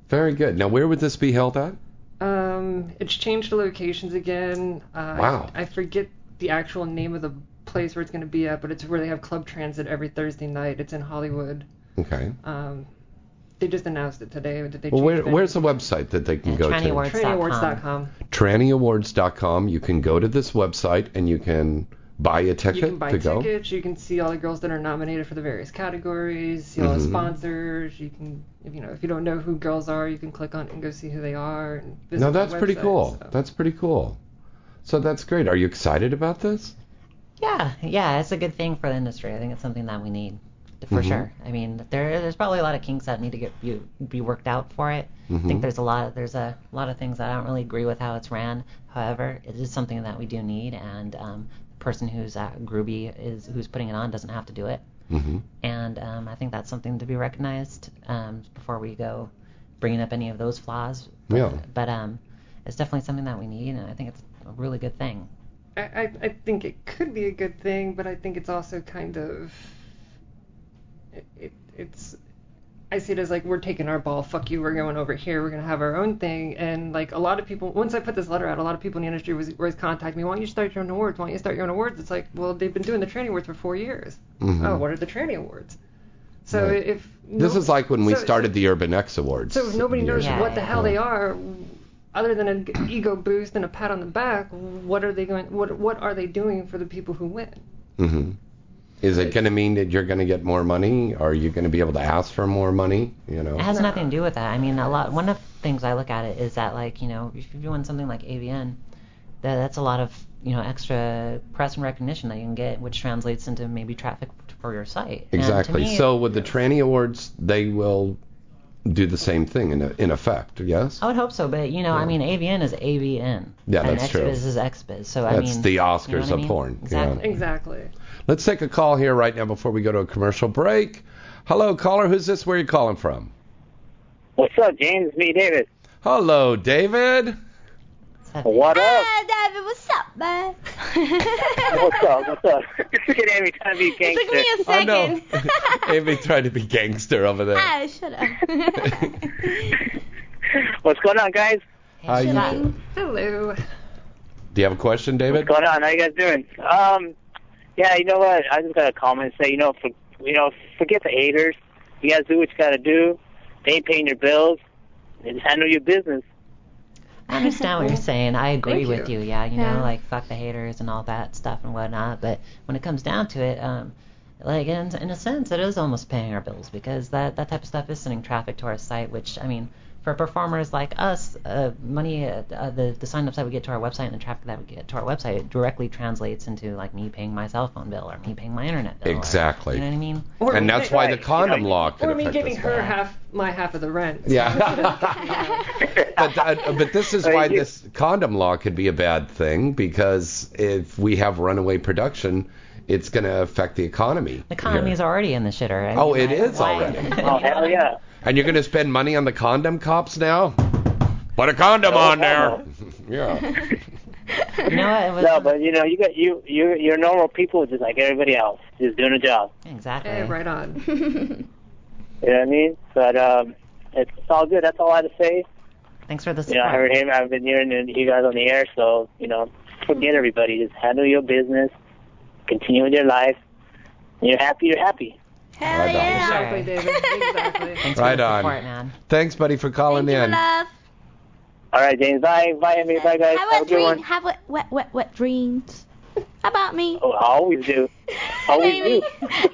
[SPEAKER 3] Very good. Now, where would this be held at?
[SPEAKER 6] Um, it's changed the locations again. Uh,
[SPEAKER 3] Wow.
[SPEAKER 6] I forget the actual name of the place where it's going to be at, but it's where they have club transit every Thursday night. It's in Hollywood.
[SPEAKER 3] Okay.
[SPEAKER 6] Um, they just announced it today. Did they
[SPEAKER 3] Well,
[SPEAKER 6] change it?
[SPEAKER 3] where, where's the website that they can go to?
[SPEAKER 6] TrannyAwards.com.
[SPEAKER 3] TrannyAwards.com. You can go to this website and you can buy a ticket
[SPEAKER 6] You can buy
[SPEAKER 3] to go.
[SPEAKER 6] tickets. You can see all the girls that are nominated for the various categories. See all the
[SPEAKER 3] Mhm.
[SPEAKER 6] sponsors. You can, if you know, if you don't know who girls are, you can click on it and go see who they are. And visit
[SPEAKER 3] No,
[SPEAKER 6] their
[SPEAKER 3] that's pretty
[SPEAKER 6] websites.
[SPEAKER 3] cool. That's pretty cool. So that's great. Are you excited about this?
[SPEAKER 5] Yeah, yeah, it's a good thing for the industry. I think it's something that we need for
[SPEAKER 9] Mhm.
[SPEAKER 5] sure. I mean, there there's probably a lot of kinks that need to get be, be worked out for it. I
[SPEAKER 9] Mhm.
[SPEAKER 5] think there's a lot of, there's a lot of things that I don't really agree with how it's ran. However, it is something that we do need, and um, the person who's uh, groovy is who's putting it on doesn't have to do it.
[SPEAKER 3] Mm-hmm.
[SPEAKER 5] And um, I think that's something to be recognized um, before we go bringing up any of those flaws. But,
[SPEAKER 3] Yeah.
[SPEAKER 5] But um, it's definitely something that we need, and I think it's a really good thing.
[SPEAKER 6] I, I, I think it could be a good thing, but I think it's also kind of it, it, it's I see it as like we're taking our ball, fuck you, we're going over here, we're gonna have our own thing, and like a lot of people. Once I put this letter out, a lot of people in the industry was always contacting me. Why don't you start your own awards? Why don't you start your own awards? It's like, well, they've been doing the training awards for four years.
[SPEAKER 3] Mhm.
[SPEAKER 6] Oh, what are the training awards? So
[SPEAKER 3] Right.
[SPEAKER 6] if
[SPEAKER 3] This
[SPEAKER 6] no-
[SPEAKER 3] is like when we
[SPEAKER 6] so-
[SPEAKER 3] started the Urban X Awards.
[SPEAKER 6] so if nobody
[SPEAKER 3] years
[SPEAKER 6] knows
[SPEAKER 3] ago.
[SPEAKER 6] what the hell they are, other than an ego boost and a pat on the back. What are they going? What what are they doing for the people who win?
[SPEAKER 3] hmm Is it going to mean that you're going to get more money? Are you going to be able to ask for more money? You know.
[SPEAKER 5] It has nothing to do with that. I mean, a lot. One of the things I look at it is that, like, you know, if you're doing something like AVN, that, that's a lot of, you know, extra press and recognition that you can get, which translates into maybe traffic for your site. And to
[SPEAKER 3] Exactly.
[SPEAKER 5] me,
[SPEAKER 3] so with the tranny awards, they will do the same thing in in effect. Yes.
[SPEAKER 5] I would hope so, but you know, I mean, AVN is AVN.
[SPEAKER 3] Yeah,
[SPEAKER 5] and
[SPEAKER 3] that's true.
[SPEAKER 5] XBiz is XBiz. So I
[SPEAKER 3] That's
[SPEAKER 5] mean,
[SPEAKER 3] the
[SPEAKER 5] you know
[SPEAKER 3] Oscars
[SPEAKER 5] what I
[SPEAKER 3] of
[SPEAKER 5] mean?
[SPEAKER 3] porn, yeah.
[SPEAKER 5] Exactly.
[SPEAKER 6] Exactly.
[SPEAKER 3] Let's take a call here right now before we go to a commercial break. Hello, caller. Who's this? Where are you calling from?
[SPEAKER 12] What's up, James? Me, David.
[SPEAKER 3] Hello, David.
[SPEAKER 12] What up?
[SPEAKER 4] "Ah, David, what's up, man?
[SPEAKER 12] What's up? What's up? Look at every time you gangster.
[SPEAKER 4] Took me a
[SPEAKER 3] I
[SPEAKER 4] second.
[SPEAKER 3] know. Amy tried to be gangster over there.
[SPEAKER 4] Ah, shut up.
[SPEAKER 12] What's going on, guys?
[SPEAKER 3] How you doing?
[SPEAKER 6] Hello.
[SPEAKER 3] Do you have a question, David?
[SPEAKER 12] What's going on? How you guys doing? Um, yeah, you know what? I just got a comment and say, you know, for you know, forget the haters. You guys do what you gotta do. They ain't paying your bills. And handle your business.
[SPEAKER 5] I understand what you're saying. I agree
[SPEAKER 12] Thank
[SPEAKER 5] with
[SPEAKER 12] you.
[SPEAKER 5] you. Yeah, you
[SPEAKER 12] Yeah.
[SPEAKER 5] know, like fuck the haters and all that stuff and whatnot. But when it comes down to it, um, like in, in a sense, it is almost paying our bills because that that type of stuff is sending traffic to our site. Which I mean, for performers like us, uh, money, uh, uh, the the signups that we get to our website and the traffic that we get to our website it directly translates into like me paying my cell phone bill or me paying my internet bill. or-
[SPEAKER 3] Exactly.
[SPEAKER 5] you know what I mean?
[SPEAKER 6] Or
[SPEAKER 3] and
[SPEAKER 6] me-
[SPEAKER 3] that's why the
[SPEAKER 6] Right.
[SPEAKER 3] condom law could
[SPEAKER 6] Or me
[SPEAKER 3] affect
[SPEAKER 6] giving
[SPEAKER 3] us.
[SPEAKER 6] her half my half of the rent.
[SPEAKER 3] Yeah. but uh, but this is why this condom law could be a bad thing because if we have runaway production, it's going to affect the economy.
[SPEAKER 5] The economy's already in the shitter. I
[SPEAKER 3] Oh,
[SPEAKER 5] mean,
[SPEAKER 3] it
[SPEAKER 5] I-
[SPEAKER 3] is
[SPEAKER 5] why-
[SPEAKER 3] already.
[SPEAKER 12] Oh hell yeah.
[SPEAKER 3] And you're going to spend money on the condom cops now? Put a condom on there. yeah.
[SPEAKER 5] You know what?
[SPEAKER 12] no, but you know, you got you you you're normal people just like everybody else, just doing a job.
[SPEAKER 5] Exactly.
[SPEAKER 6] Eh, right on.
[SPEAKER 12] You know what I mean? But um, it's all good. That's all I had to say.
[SPEAKER 5] Thanks for the
[SPEAKER 12] You know, I heard him. I've been hearing you guys on the air, so you know, forget everybody. Just handle your business, continue with your life. You're happy. You're happy.
[SPEAKER 4] Hell
[SPEAKER 6] Exactly, David. Exactly.
[SPEAKER 3] right on. Thanks, buddy, for calling in.
[SPEAKER 4] Love.
[SPEAKER 12] All right, James. Bye. Bye, Amy. Bye, guys.
[SPEAKER 4] Have,
[SPEAKER 12] Have
[SPEAKER 4] a
[SPEAKER 12] a good
[SPEAKER 4] dream.
[SPEAKER 12] one.
[SPEAKER 4] Have a wet, wet, wet dreams about me.
[SPEAKER 12] Oh, I always do. Always do.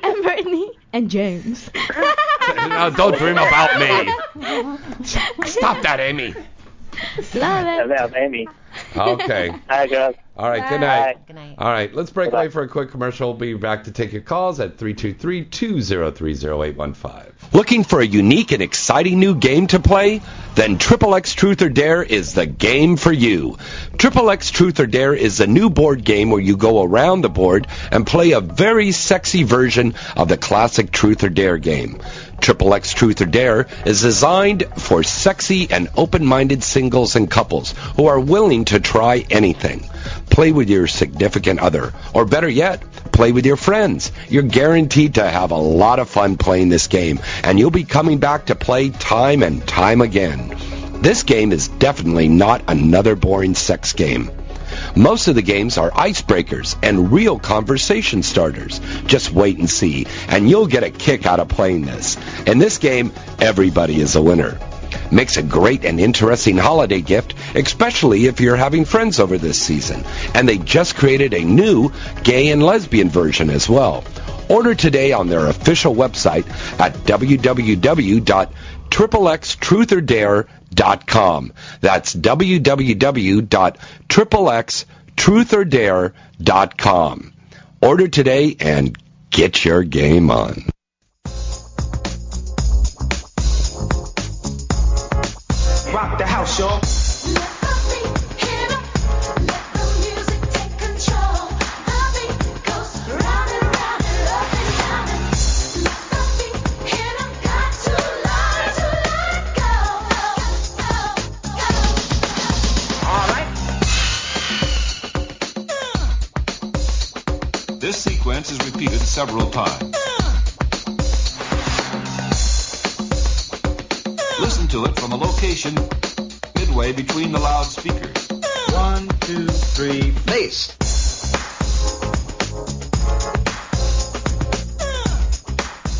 [SPEAKER 4] and Brittany and James.
[SPEAKER 3] No, don't dream about me. Stop that, Amy.
[SPEAKER 4] Love
[SPEAKER 12] it. Amy.
[SPEAKER 3] Okay.
[SPEAKER 12] Hi, girls.
[SPEAKER 3] All right, good
[SPEAKER 12] Bye.
[SPEAKER 3] night.
[SPEAKER 5] Good night.
[SPEAKER 3] All right, let's break away for a quick commercial. We'll be back to take your calls at 323-203-0815.
[SPEAKER 1] Looking for a unique and exciting new game to play? Then Triple X Truth or Dare is the game for you. Triple X Truth or Dare is a new board game where you go around the board and play a very sexy version of the classic Truth or Dare game. Triple X Truth or Dare is designed for sexy and open-minded singles and couples who are willing to try anything. Play with your significant other, or better yet, play with your friends. You're guaranteed to have a lot of fun playing this game, and you'll be coming back to play time and time again. This game is definitely not another boring sex game. Most of the games are icebreakers and real conversation starters. Just wait and see, and you'll get a kick out of playing this. In this game, everybody is a winner. Makes a great and interesting holiday gift, especially if you're having friends over this season. And they just created a new gay and lesbian version as well. Order today on their official website at www.xxxtruthordare.com. That's www.xxxtruthordare.com. Order today and get your game on.
[SPEAKER 13] rock the house, y'all.
[SPEAKER 14] This sequence is repeated several times. Listen to it from a location midway between the loudspeakers. One, two, three, bass.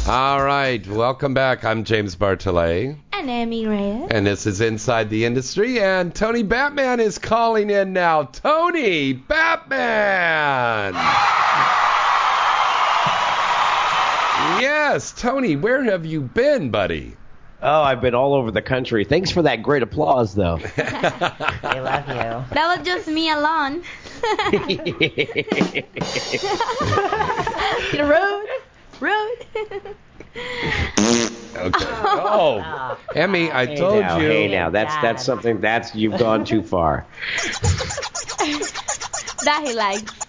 [SPEAKER 3] All right, welcome back. I'm James Bartolet,
[SPEAKER 4] And Amy Reyes.
[SPEAKER 3] and this is Inside the Industry. And Tony Batman is calling in now. Tony Batman. yes, Tony, where have you been, buddy?
[SPEAKER 15] Oh, I've been all over the country. Thanks for that great applause, though.
[SPEAKER 5] I love you.
[SPEAKER 4] That was just me alone.
[SPEAKER 5] road,
[SPEAKER 4] road.
[SPEAKER 3] Okay. Oh, Emmy, I
[SPEAKER 15] Hey
[SPEAKER 3] told
[SPEAKER 15] now,
[SPEAKER 3] you.
[SPEAKER 15] Hey, now that's that's something that's you've gone too far.
[SPEAKER 4] that he likes.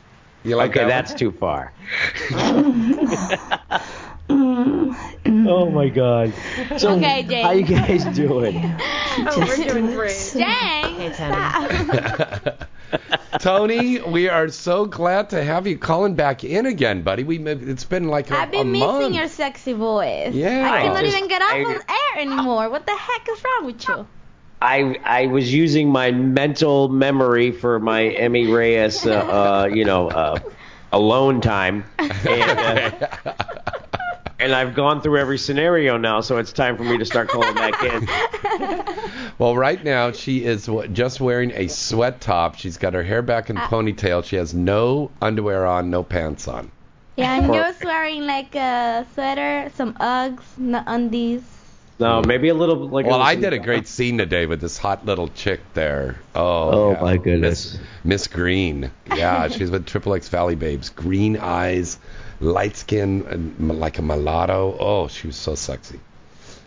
[SPEAKER 3] You like
[SPEAKER 15] okay,
[SPEAKER 3] that one?
[SPEAKER 15] that's too far. oh my God. So,
[SPEAKER 4] Okay, Jay.
[SPEAKER 15] How you guys doing?
[SPEAKER 4] Oh, we're doing great. Dang.
[SPEAKER 3] Tony, we are so glad to have you calling back in again, buddy. We it's been like a,
[SPEAKER 4] I've
[SPEAKER 3] a
[SPEAKER 4] been missing
[SPEAKER 3] month.
[SPEAKER 4] your sexy voice.
[SPEAKER 3] Yeah.
[SPEAKER 4] I cannot
[SPEAKER 15] I Oh, just-
[SPEAKER 4] even get off
[SPEAKER 15] I-
[SPEAKER 4] on air anymore. What the heck is wrong with you?
[SPEAKER 15] I I was using my mental memory for my Emmy Reyes, uh, uh, you know, uh, alone time, and, uh, and I've gone through every scenario now, so it's time for me to start calling back in.
[SPEAKER 3] Well, right now she is w- just wearing a sweat top. She's got her hair back in ponytail. She has no underwear on, no pants on.
[SPEAKER 4] Yeah, and
[SPEAKER 3] Or-
[SPEAKER 4] you're wearing like a sweater, some Uggs, no undies.
[SPEAKER 15] No, maybe a little like.
[SPEAKER 3] Well,
[SPEAKER 15] a
[SPEAKER 3] I did a great scene today with this hot little chick there. Oh,
[SPEAKER 15] Oh,
[SPEAKER 3] yeah.
[SPEAKER 15] my goodness.
[SPEAKER 3] Miss, Miss Green. Yeah, she's with Triple X Valley Babes. Green eyes, light skin, and m- like a mulatto. Oh, she was so sexy.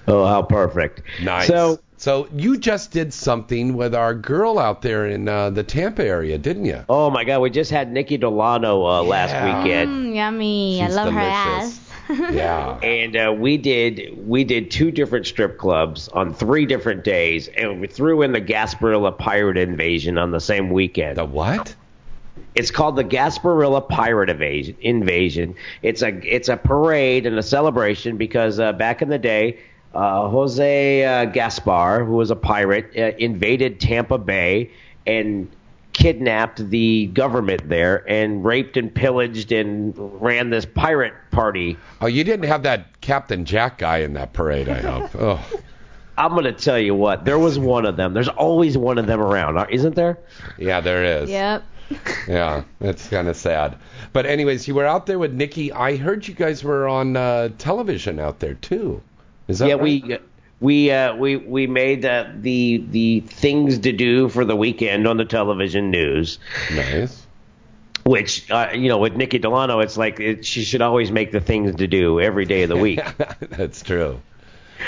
[SPEAKER 15] Oh, how perfect.
[SPEAKER 3] Nice.
[SPEAKER 15] So-
[SPEAKER 3] So, so you just did something with our girl out there in uh, the Tampa area, didn't you?
[SPEAKER 15] Oh my God, we just had Nikki Delano uh,
[SPEAKER 3] Yeah.
[SPEAKER 15] last weekend.
[SPEAKER 4] Mm, yummy. I
[SPEAKER 15] She's
[SPEAKER 4] love
[SPEAKER 15] delicious.
[SPEAKER 4] her ass.
[SPEAKER 3] Yeah.
[SPEAKER 15] And uh, we did we did two different strip clubs on three different days, and we threw in the Gasparilla Pirate Invasion on the same weekend. The
[SPEAKER 3] what?
[SPEAKER 15] It's called the Gasparilla Pirate Invasion. Invasion. It's a it's a parade and a celebration because uh, back in the day, uh, Jose uh, Gaspar, who was a pirate, uh, invaded Tampa Bay and kidnapped the government there and raped and pillaged and ran this pirate party.
[SPEAKER 3] Oh, you didn't have that Captain Jack guy in that parade, I hope. Oh.
[SPEAKER 15] I'm gonna tell you what. There was one of them. There's always one of them around, aren't- isn't there?
[SPEAKER 3] Yeah, there is.
[SPEAKER 4] Yep.
[SPEAKER 3] Yeah, that's kind of sad. But anyways, you were out there with Nikki. I heard you guys were on uh, television out there too. Is that
[SPEAKER 15] yeah,
[SPEAKER 3] right?
[SPEAKER 15] we we uh, we we made uh, the the things to do for the weekend on the television news.
[SPEAKER 3] Nice.
[SPEAKER 15] Which uh, you know, with Nikki Delano, it's like it, she should always make the things to do every day of the week.
[SPEAKER 3] That's true.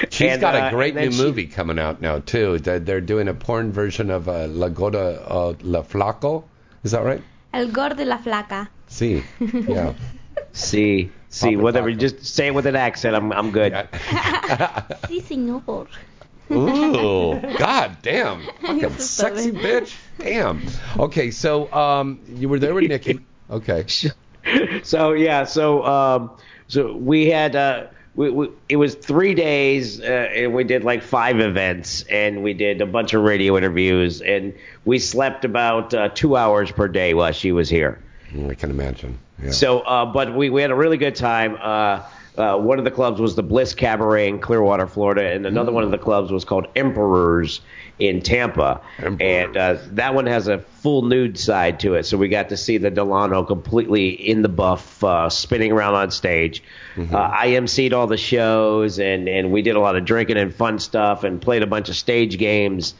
[SPEAKER 3] She's
[SPEAKER 15] And,
[SPEAKER 3] got
[SPEAKER 15] uh,
[SPEAKER 3] a
[SPEAKER 15] and
[SPEAKER 3] great
[SPEAKER 15] then
[SPEAKER 3] new
[SPEAKER 15] she-
[SPEAKER 3] movie coming out now too. They're, they're doing a porn version of uh, La Gorda uh, La Flaco. Is that right?
[SPEAKER 4] El gordo y la flaca.
[SPEAKER 3] See, yeah.
[SPEAKER 15] See, see, whatever. Just say it with an accent. I'm I'm good.
[SPEAKER 4] Sí, señor.
[SPEAKER 3] Ooh, god damn,
[SPEAKER 4] You're
[SPEAKER 3] fucking
[SPEAKER 4] so
[SPEAKER 3] sexy
[SPEAKER 4] funny.
[SPEAKER 3] bitch. Damn. Okay, so um, you were there with Nikki. Okay.
[SPEAKER 15] so yeah, so um, so we had uh, we, we it was three days, uh, and we did like five events, and we did a bunch of radio interviews, and we slept about uh, two hours per day while she was here.
[SPEAKER 3] I can imagine.
[SPEAKER 15] So, uh, but we, we had a really good time. Uh, uh, one of the clubs was the Bliss Cabaret in Clearwater, Florida, and another one of the clubs was called Emperors in Tampa. And uh, that one has a full nude side to it. So we got to see the Delano completely in the buff, uh, spinning around on stage. Uh, I emceed all the shows, and, and we did a lot of drinking and fun stuff, and played a bunch of stage games.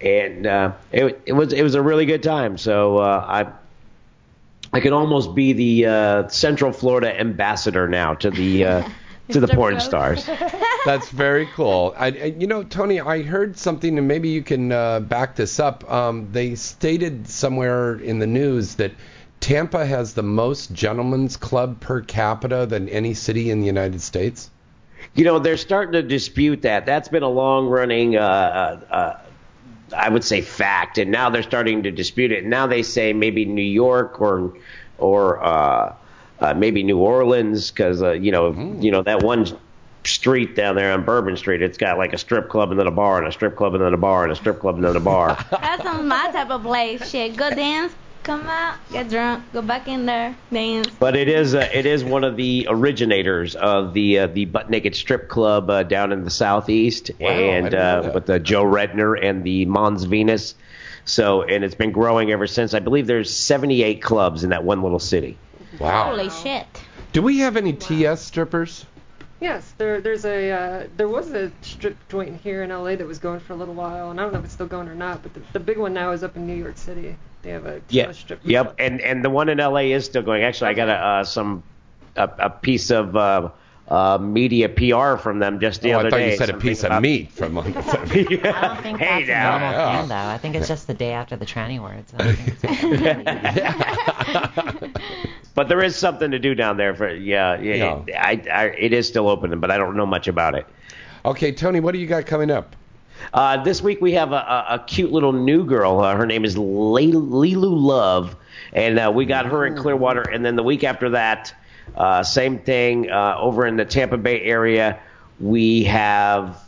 [SPEAKER 15] And uh, it, it was it was a really good time. So uh, I I could almost be the uh, Central Florida ambassador now to the uh, to the porn stars.
[SPEAKER 3] That's very cool. I, I, you know, Tony, I heard something, and maybe you can uh, back this up. Um, they stated somewhere in the news that Tampa has the most gentlemen's club per capita than any city in the United States.
[SPEAKER 15] You know, they're starting to dispute that. That's been a long running. Uh, uh, uh, I would say fact, and now they're starting to dispute it. And now they say maybe New York or or uh, uh, maybe New Orleans because uh, you know you know that one street down there on Bourbon Street, it's got like a strip club and then a bar and a strip club and then a bar and a strip club and then a bar.
[SPEAKER 4] That sounds my type of place. Shit, go dance, come out, get drunk, go back in there, dance.
[SPEAKER 15] But it is uh, it is one of the originators of the uh, the butt naked strip club uh, down in the southeast, and uh, with the Joe Redner and the Mons Venus. So and it's been growing ever since. I believe there's 78 clubs in that one little city.
[SPEAKER 4] Holy shit.
[SPEAKER 3] Do we have any TS strippers?
[SPEAKER 6] Yes, there there's a uh, there was a strip joint here in LA that was going for a little while, and I don't know if it's still going or not. But the, the big one now is up in New York City. They have a
[SPEAKER 15] Yeah. Yep. And and the one in LA is still going. Actually, I got a uh, some a, a piece of uh, uh, media PR from them just the
[SPEAKER 3] Oh, I
[SPEAKER 15] other
[SPEAKER 3] thought you
[SPEAKER 15] day.
[SPEAKER 3] said a piece of meat from.
[SPEAKER 5] I don't think
[SPEAKER 15] Hey,
[SPEAKER 5] that's
[SPEAKER 15] now.
[SPEAKER 5] a normal
[SPEAKER 15] Yeah.
[SPEAKER 5] thing, though. I think it's just the day after the tranny words.
[SPEAKER 15] but there is something to do down there for yeah. yeah. I, I it is still open, but I don't know much about it.
[SPEAKER 3] Okay, Tony, what do you got coming up?
[SPEAKER 15] Uh, this week we have a, a, a cute little new girl. Uh, her name is Lay- Lilu Love, and uh, we got her in Clearwater. And then the week after that, uh, same thing uh, over in the Tampa Bay area. We have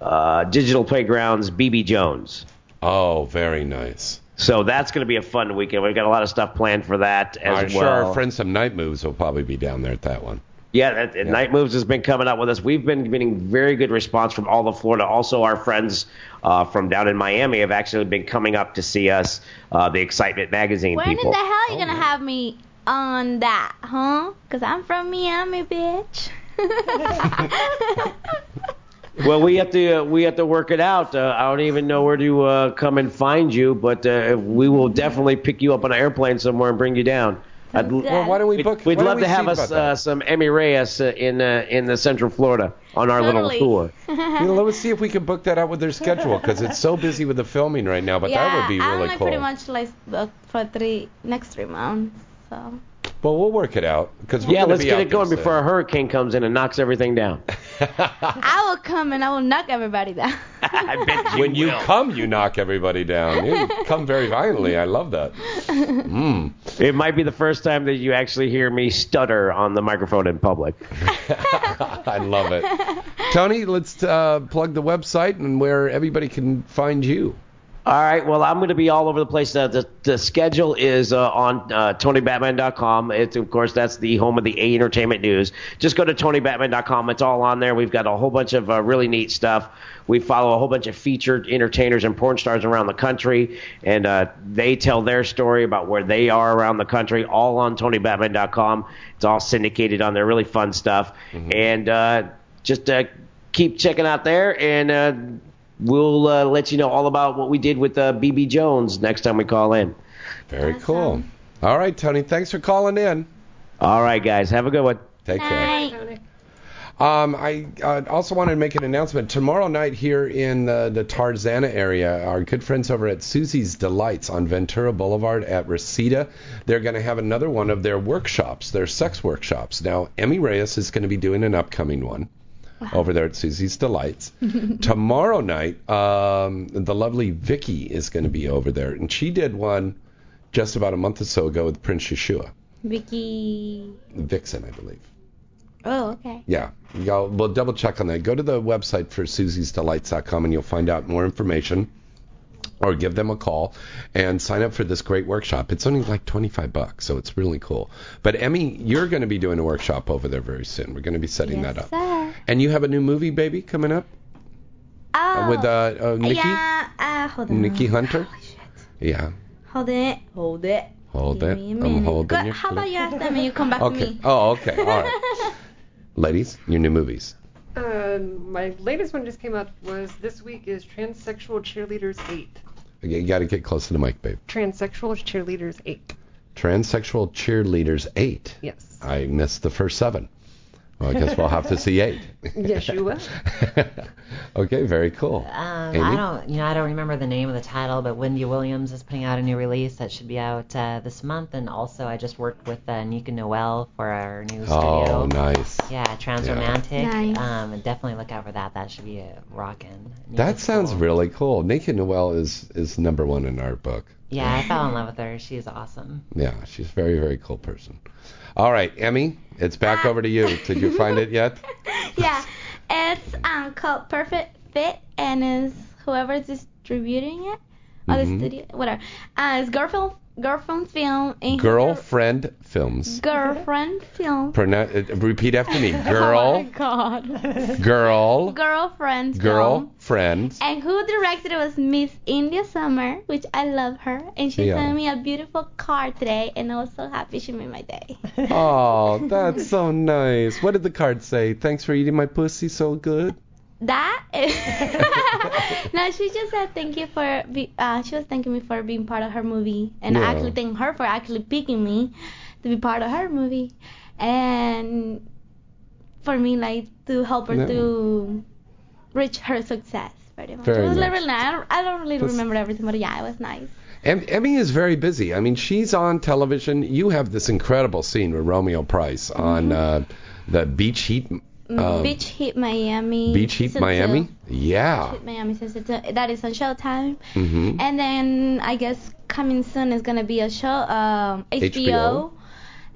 [SPEAKER 15] uh, Digital Playgrounds, BB Jones.
[SPEAKER 3] Oh, very nice.
[SPEAKER 15] So that's going to be a fun weekend. We've got a lot of stuff planned for that as
[SPEAKER 3] I'm
[SPEAKER 15] well.
[SPEAKER 3] sure our friends some night moves will probably be down there at that one.
[SPEAKER 15] Yeah, that, and Night Moves has been coming out with us. We've been getting very good response from all of Florida. Also, our friends uh, from down in Miami have actually been coming up to see us, uh, the Excitement Magazine
[SPEAKER 4] When
[SPEAKER 15] people.
[SPEAKER 4] in the hell
[SPEAKER 3] Oh,
[SPEAKER 4] you gonna have me on that, huh? Cause I'm from Miami, bitch.
[SPEAKER 15] Well, we have to uh, we have to work it out. Uh, I don't even know where to uh, come and find you, but uh, we will definitely pick you up on an airplane somewhere and bring you down. I'd,
[SPEAKER 3] Well, why don't we
[SPEAKER 15] We'd-
[SPEAKER 3] book-
[SPEAKER 15] We'd
[SPEAKER 3] why don't
[SPEAKER 15] love
[SPEAKER 3] we
[SPEAKER 15] to
[SPEAKER 3] see
[SPEAKER 15] have
[SPEAKER 3] about
[SPEAKER 15] us
[SPEAKER 3] that?
[SPEAKER 15] uh, some Emmy Reyes uh, in uh, in the Central Florida on our
[SPEAKER 4] Totally.
[SPEAKER 15] little tour.
[SPEAKER 3] you know, let's see if we can book that out with their schedule because it's so busy with the filming right now. But
[SPEAKER 4] yeah,
[SPEAKER 3] that would be
[SPEAKER 4] I'm
[SPEAKER 3] really
[SPEAKER 4] like
[SPEAKER 3] cool.
[SPEAKER 4] pretty much like booked for three next three months. So
[SPEAKER 3] But we'll work it out because
[SPEAKER 15] Yeah, let's get it going before a hurricane comes in and knocks everything down.
[SPEAKER 4] I will come and I will knock everybody down.
[SPEAKER 15] I bet
[SPEAKER 3] when you come, you knock everybody down. You come very violently. I love that.
[SPEAKER 15] It might be the first time that you actually hear me stutter on the microphone in public.
[SPEAKER 3] I love it. Tony, let's uh, plug the website and where everybody can find you.
[SPEAKER 15] All right. Well, I'm going to be all over the place. Uh, the, the schedule is uh, on uh, TonyBatman.com. It's of course that's the home of the A Entertainment News. Just go to TonyBatman.com. It's all on there. We've got a whole bunch of uh, really neat stuff. We follow a whole bunch of featured entertainers and porn stars around the country, and uh, they tell their story about where they are around the country. All on TonyBatman.com. It's all syndicated on there. Really fun stuff. And uh, just uh, keep checking out there and. Uh, We'll uh, let you know all about what we did with uh, BB Jones next time we call in.
[SPEAKER 3] Very cool. All right, Tony. Thanks for calling in.
[SPEAKER 15] All right, guys. Have a good one.
[SPEAKER 3] Take care. Um, I uh, also wanted to make an announcement. Tomorrow night here in the, the Tarzana area, our good friends over at Susie's Delights on Ventura Boulevard at Reseda, they're going to have another one of their workshops, their sex workshops. Now, Emmy Reyes is going to be doing an upcoming one over there at Susie's Delights. Tomorrow night, um, the lovely Vicky is going to be over there, and she did one just about a month or so ago with Prince Yeshua,
[SPEAKER 4] Vicky.
[SPEAKER 3] Vixen, I believe.
[SPEAKER 4] Oh, okay.
[SPEAKER 3] Yeah. Y'all, we'll double check on that. Go to the website for susiesdelights.com and you'll find out more information or give them a call and sign up for this great workshop. It's only like 25 bucks, so it's really cool. But Emmy, you're going to be doing a workshop over there very soon. We're going to be setting that up.
[SPEAKER 4] Sir.
[SPEAKER 3] And you have a new movie, baby, coming up
[SPEAKER 4] Oh.
[SPEAKER 3] Uh, with uh, uh, Nikki,
[SPEAKER 4] Yeah. Uh, hold on.
[SPEAKER 3] Nikki Hunter. yeah.
[SPEAKER 4] Hold it. Hold it.
[SPEAKER 3] Hold
[SPEAKER 4] Give
[SPEAKER 3] it.
[SPEAKER 4] me a
[SPEAKER 3] I'm
[SPEAKER 4] minute.
[SPEAKER 3] holding
[SPEAKER 4] Go-
[SPEAKER 3] your
[SPEAKER 4] How
[SPEAKER 3] flip.
[SPEAKER 4] about you ask them and you come back
[SPEAKER 3] Okay.
[SPEAKER 4] to me?
[SPEAKER 3] Oh, okay. All right. Ladies, your new movies.
[SPEAKER 6] Uh, my latest one just came out was this week is Transsexual Cheerleaders 8.
[SPEAKER 3] You got to get close to the mic, babe.
[SPEAKER 6] Transsexual Cheerleaders 8.
[SPEAKER 3] Transsexual Cheerleaders 8.
[SPEAKER 6] Yes.
[SPEAKER 3] I missed the first seven. Well, I guess we'll have to see eight.
[SPEAKER 6] yes, you will.
[SPEAKER 3] Okay, very cool.
[SPEAKER 5] Um,
[SPEAKER 3] Amy?
[SPEAKER 5] I don't, you know, I don't remember the name of the title, but Wendy Williams is putting out a new release that should be out uh, this month. And also, I just worked with uh, Nika Noel for our new
[SPEAKER 3] Oh,
[SPEAKER 5] studio.
[SPEAKER 3] nice.
[SPEAKER 5] Yeah, Trans
[SPEAKER 3] Yeah.
[SPEAKER 5] Romantic.
[SPEAKER 4] Nice.
[SPEAKER 5] Um, and definitely look out for that. That should be uh, rocking.
[SPEAKER 3] That sounds really cool. Nikki Noel is is number one in our book.
[SPEAKER 5] Yeah, I fell in love with her. She's awesome.
[SPEAKER 3] Yeah, she's a very very cool person. All right, Emmy, it's back over to you. Did you find it yet?
[SPEAKER 4] yeah, it's um called Perfect Fit, and is whoever's distributing it or the
[SPEAKER 3] Mhm.
[SPEAKER 4] studio, whatever. Uh, it's girlfriend girlfriend film and
[SPEAKER 3] Girlfriend films.
[SPEAKER 4] girlfriend film.
[SPEAKER 3] Pronoun- uh, repeat after me.
[SPEAKER 4] Oh my
[SPEAKER 3] Girl,
[SPEAKER 4] God.
[SPEAKER 3] girl,
[SPEAKER 4] Girlfriend. film.
[SPEAKER 3] girlfriend.
[SPEAKER 4] And who directed it was Miss India Summer, which I love her, and she
[SPEAKER 3] Yeah.
[SPEAKER 4] sent me a beautiful card today, and I was so happy she made my day.
[SPEAKER 3] Oh, that's so nice. What did the card say? Thanks for eating my pussy so good.
[SPEAKER 4] That is. no, she just said thank you for. Be, uh, she was thanking me for being part of her movie, and I
[SPEAKER 3] Yeah.
[SPEAKER 4] actually thank her for actually picking me to be part of her movie, and for me like to help her
[SPEAKER 3] Yeah.
[SPEAKER 4] to reach her success. Pretty much.
[SPEAKER 3] Very
[SPEAKER 4] it was
[SPEAKER 3] nice.
[SPEAKER 4] really nice. I don't, I don't really
[SPEAKER 3] That's-
[SPEAKER 4] remember everything, but yeah, it was nice.
[SPEAKER 3] Em- Emmy is very busy. I mean, she's on television. You have this incredible scene with Romeo Price on uh, the Beach Heat. uh,
[SPEAKER 4] Beach Heat Miami.
[SPEAKER 3] Beach Heat
[SPEAKER 4] season
[SPEAKER 3] Miami.
[SPEAKER 4] two.
[SPEAKER 3] Yeah.
[SPEAKER 4] Heat Miami season two. That is on Showtime.
[SPEAKER 3] hmm
[SPEAKER 4] And then I guess coming soon is gonna be a show, um, HBO,
[SPEAKER 3] HBO.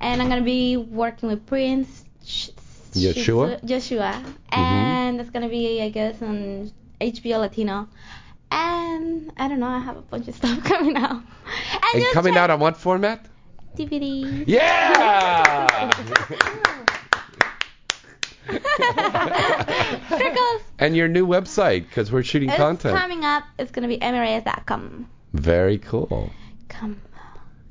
[SPEAKER 4] and I'm gonna be working with Prince Sh-
[SPEAKER 3] Yeshua? Mm-hmm.
[SPEAKER 4] Shizu- Joshua, and that's gonna be I guess on HBO Latino. And I don't know, I have a bunch of stuff coming out. And
[SPEAKER 3] And
[SPEAKER 4] just
[SPEAKER 3] coming
[SPEAKER 4] check
[SPEAKER 3] out on what format?
[SPEAKER 4] DVD.
[SPEAKER 3] Yeah!
[SPEAKER 4] Circles.
[SPEAKER 3] and your new website, because we're shooting
[SPEAKER 4] It's
[SPEAKER 3] content.
[SPEAKER 4] coming up. It's gonna be emirates.com.
[SPEAKER 3] Very cool.
[SPEAKER 4] Come.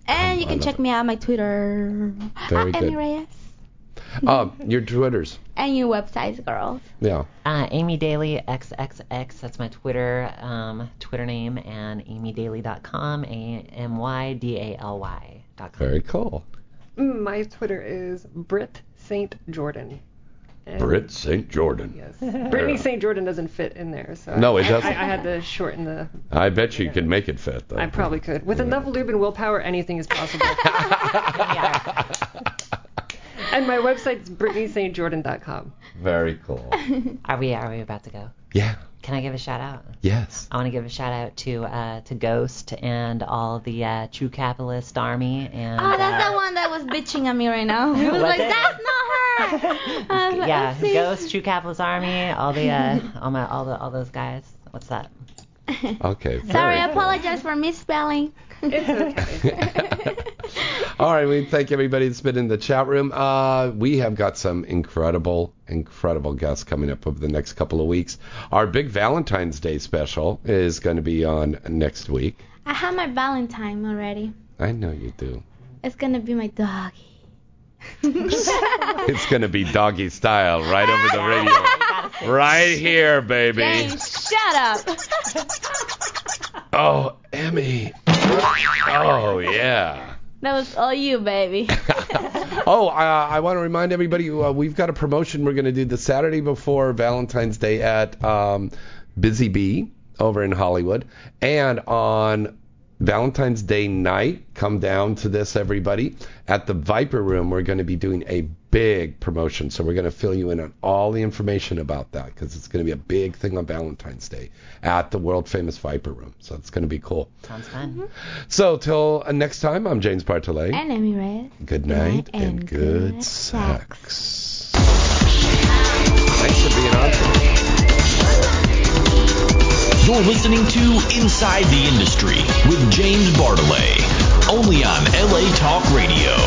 [SPEAKER 4] And you
[SPEAKER 3] I
[SPEAKER 4] can
[SPEAKER 3] love
[SPEAKER 4] check
[SPEAKER 3] it.
[SPEAKER 4] me out on my Twitter.
[SPEAKER 3] Very
[SPEAKER 4] at
[SPEAKER 3] good.
[SPEAKER 4] Emirates.
[SPEAKER 3] Um, your Twitters.
[SPEAKER 4] And your websites, girls.
[SPEAKER 3] Yeah.
[SPEAKER 5] Uh, Amy Daily XXX. That's my Twitter um, Twitter name and amydaily.com. A M Y D A L Y.
[SPEAKER 3] Very cool.
[SPEAKER 6] Mm, My Twitter is Brit Saint Jordan. And
[SPEAKER 3] Britt St. Jordan.
[SPEAKER 6] Yes.
[SPEAKER 3] Yeah.
[SPEAKER 6] Brittany St. Jordan doesn't fit in there, so
[SPEAKER 3] No, it
[SPEAKER 6] I-
[SPEAKER 3] doesn't.
[SPEAKER 6] I, I had to shorten the.
[SPEAKER 3] I bet you can make it fit, though.
[SPEAKER 6] I probably could. With enough lube and willpower, anything is possible. and my website's BrittanySt.Jordan.com.
[SPEAKER 3] Very cool.
[SPEAKER 5] Are we are we about to go?
[SPEAKER 3] Yeah.
[SPEAKER 5] Can I give a shout out?
[SPEAKER 3] Yes.
[SPEAKER 5] I want to give a shout out to uh, to Ghost and all the uh, True Capitalist Army and
[SPEAKER 4] Oh,
[SPEAKER 5] uh,
[SPEAKER 4] that's the one that was bitching at me right now. He was
[SPEAKER 5] Was
[SPEAKER 4] like,
[SPEAKER 5] it?
[SPEAKER 4] that's not her. I was like,
[SPEAKER 5] yeah,
[SPEAKER 4] "Oh, see."
[SPEAKER 5] Ghost, True Capitalist Army, all the uh, all my all the all those guys. What's that?
[SPEAKER 3] Okay.
[SPEAKER 4] Sorry,
[SPEAKER 3] very
[SPEAKER 4] I apologize for misspelling.
[SPEAKER 6] It's okay.
[SPEAKER 3] All right, we thank everybody that's been in the chat room. Uh, we have got some incredible, incredible guests coming up over the next couple of weeks. Our big Valentine's Day special is going to be on next week.
[SPEAKER 4] I have my Valentine already.
[SPEAKER 3] I know you do.
[SPEAKER 4] It's gonna be my doggy.
[SPEAKER 3] It's going to be doggy style right over the radio. Right here, baby.
[SPEAKER 4] James, shut up.
[SPEAKER 3] Oh, Emmy. Oh, yeah.
[SPEAKER 4] that was all you, baby.
[SPEAKER 3] Oh, uh, I want to remind everybody uh, we've got a promotion we're going to do the Saturday before Valentine's Day at um, Busy Bee over in Hollywood. And on Valentine's Day night, come down to this, everybody. At the Viper Room, we're going to be doing a big promotion. So we're going to fill you in on all the information about that because it's going to be a big thing on Valentine's Day at the world famous Viper Room. So it's going to be cool.
[SPEAKER 5] Sounds
[SPEAKER 4] Mm-hmm.
[SPEAKER 5] fun.
[SPEAKER 3] So till uh, next time, I'm James Bartolet.
[SPEAKER 4] and Emirates.
[SPEAKER 3] Good night and, good, sex. Thanks for being on.
[SPEAKER 13] You're listening to Inside the Industry with James Bartolet, only on LA Talk Radio.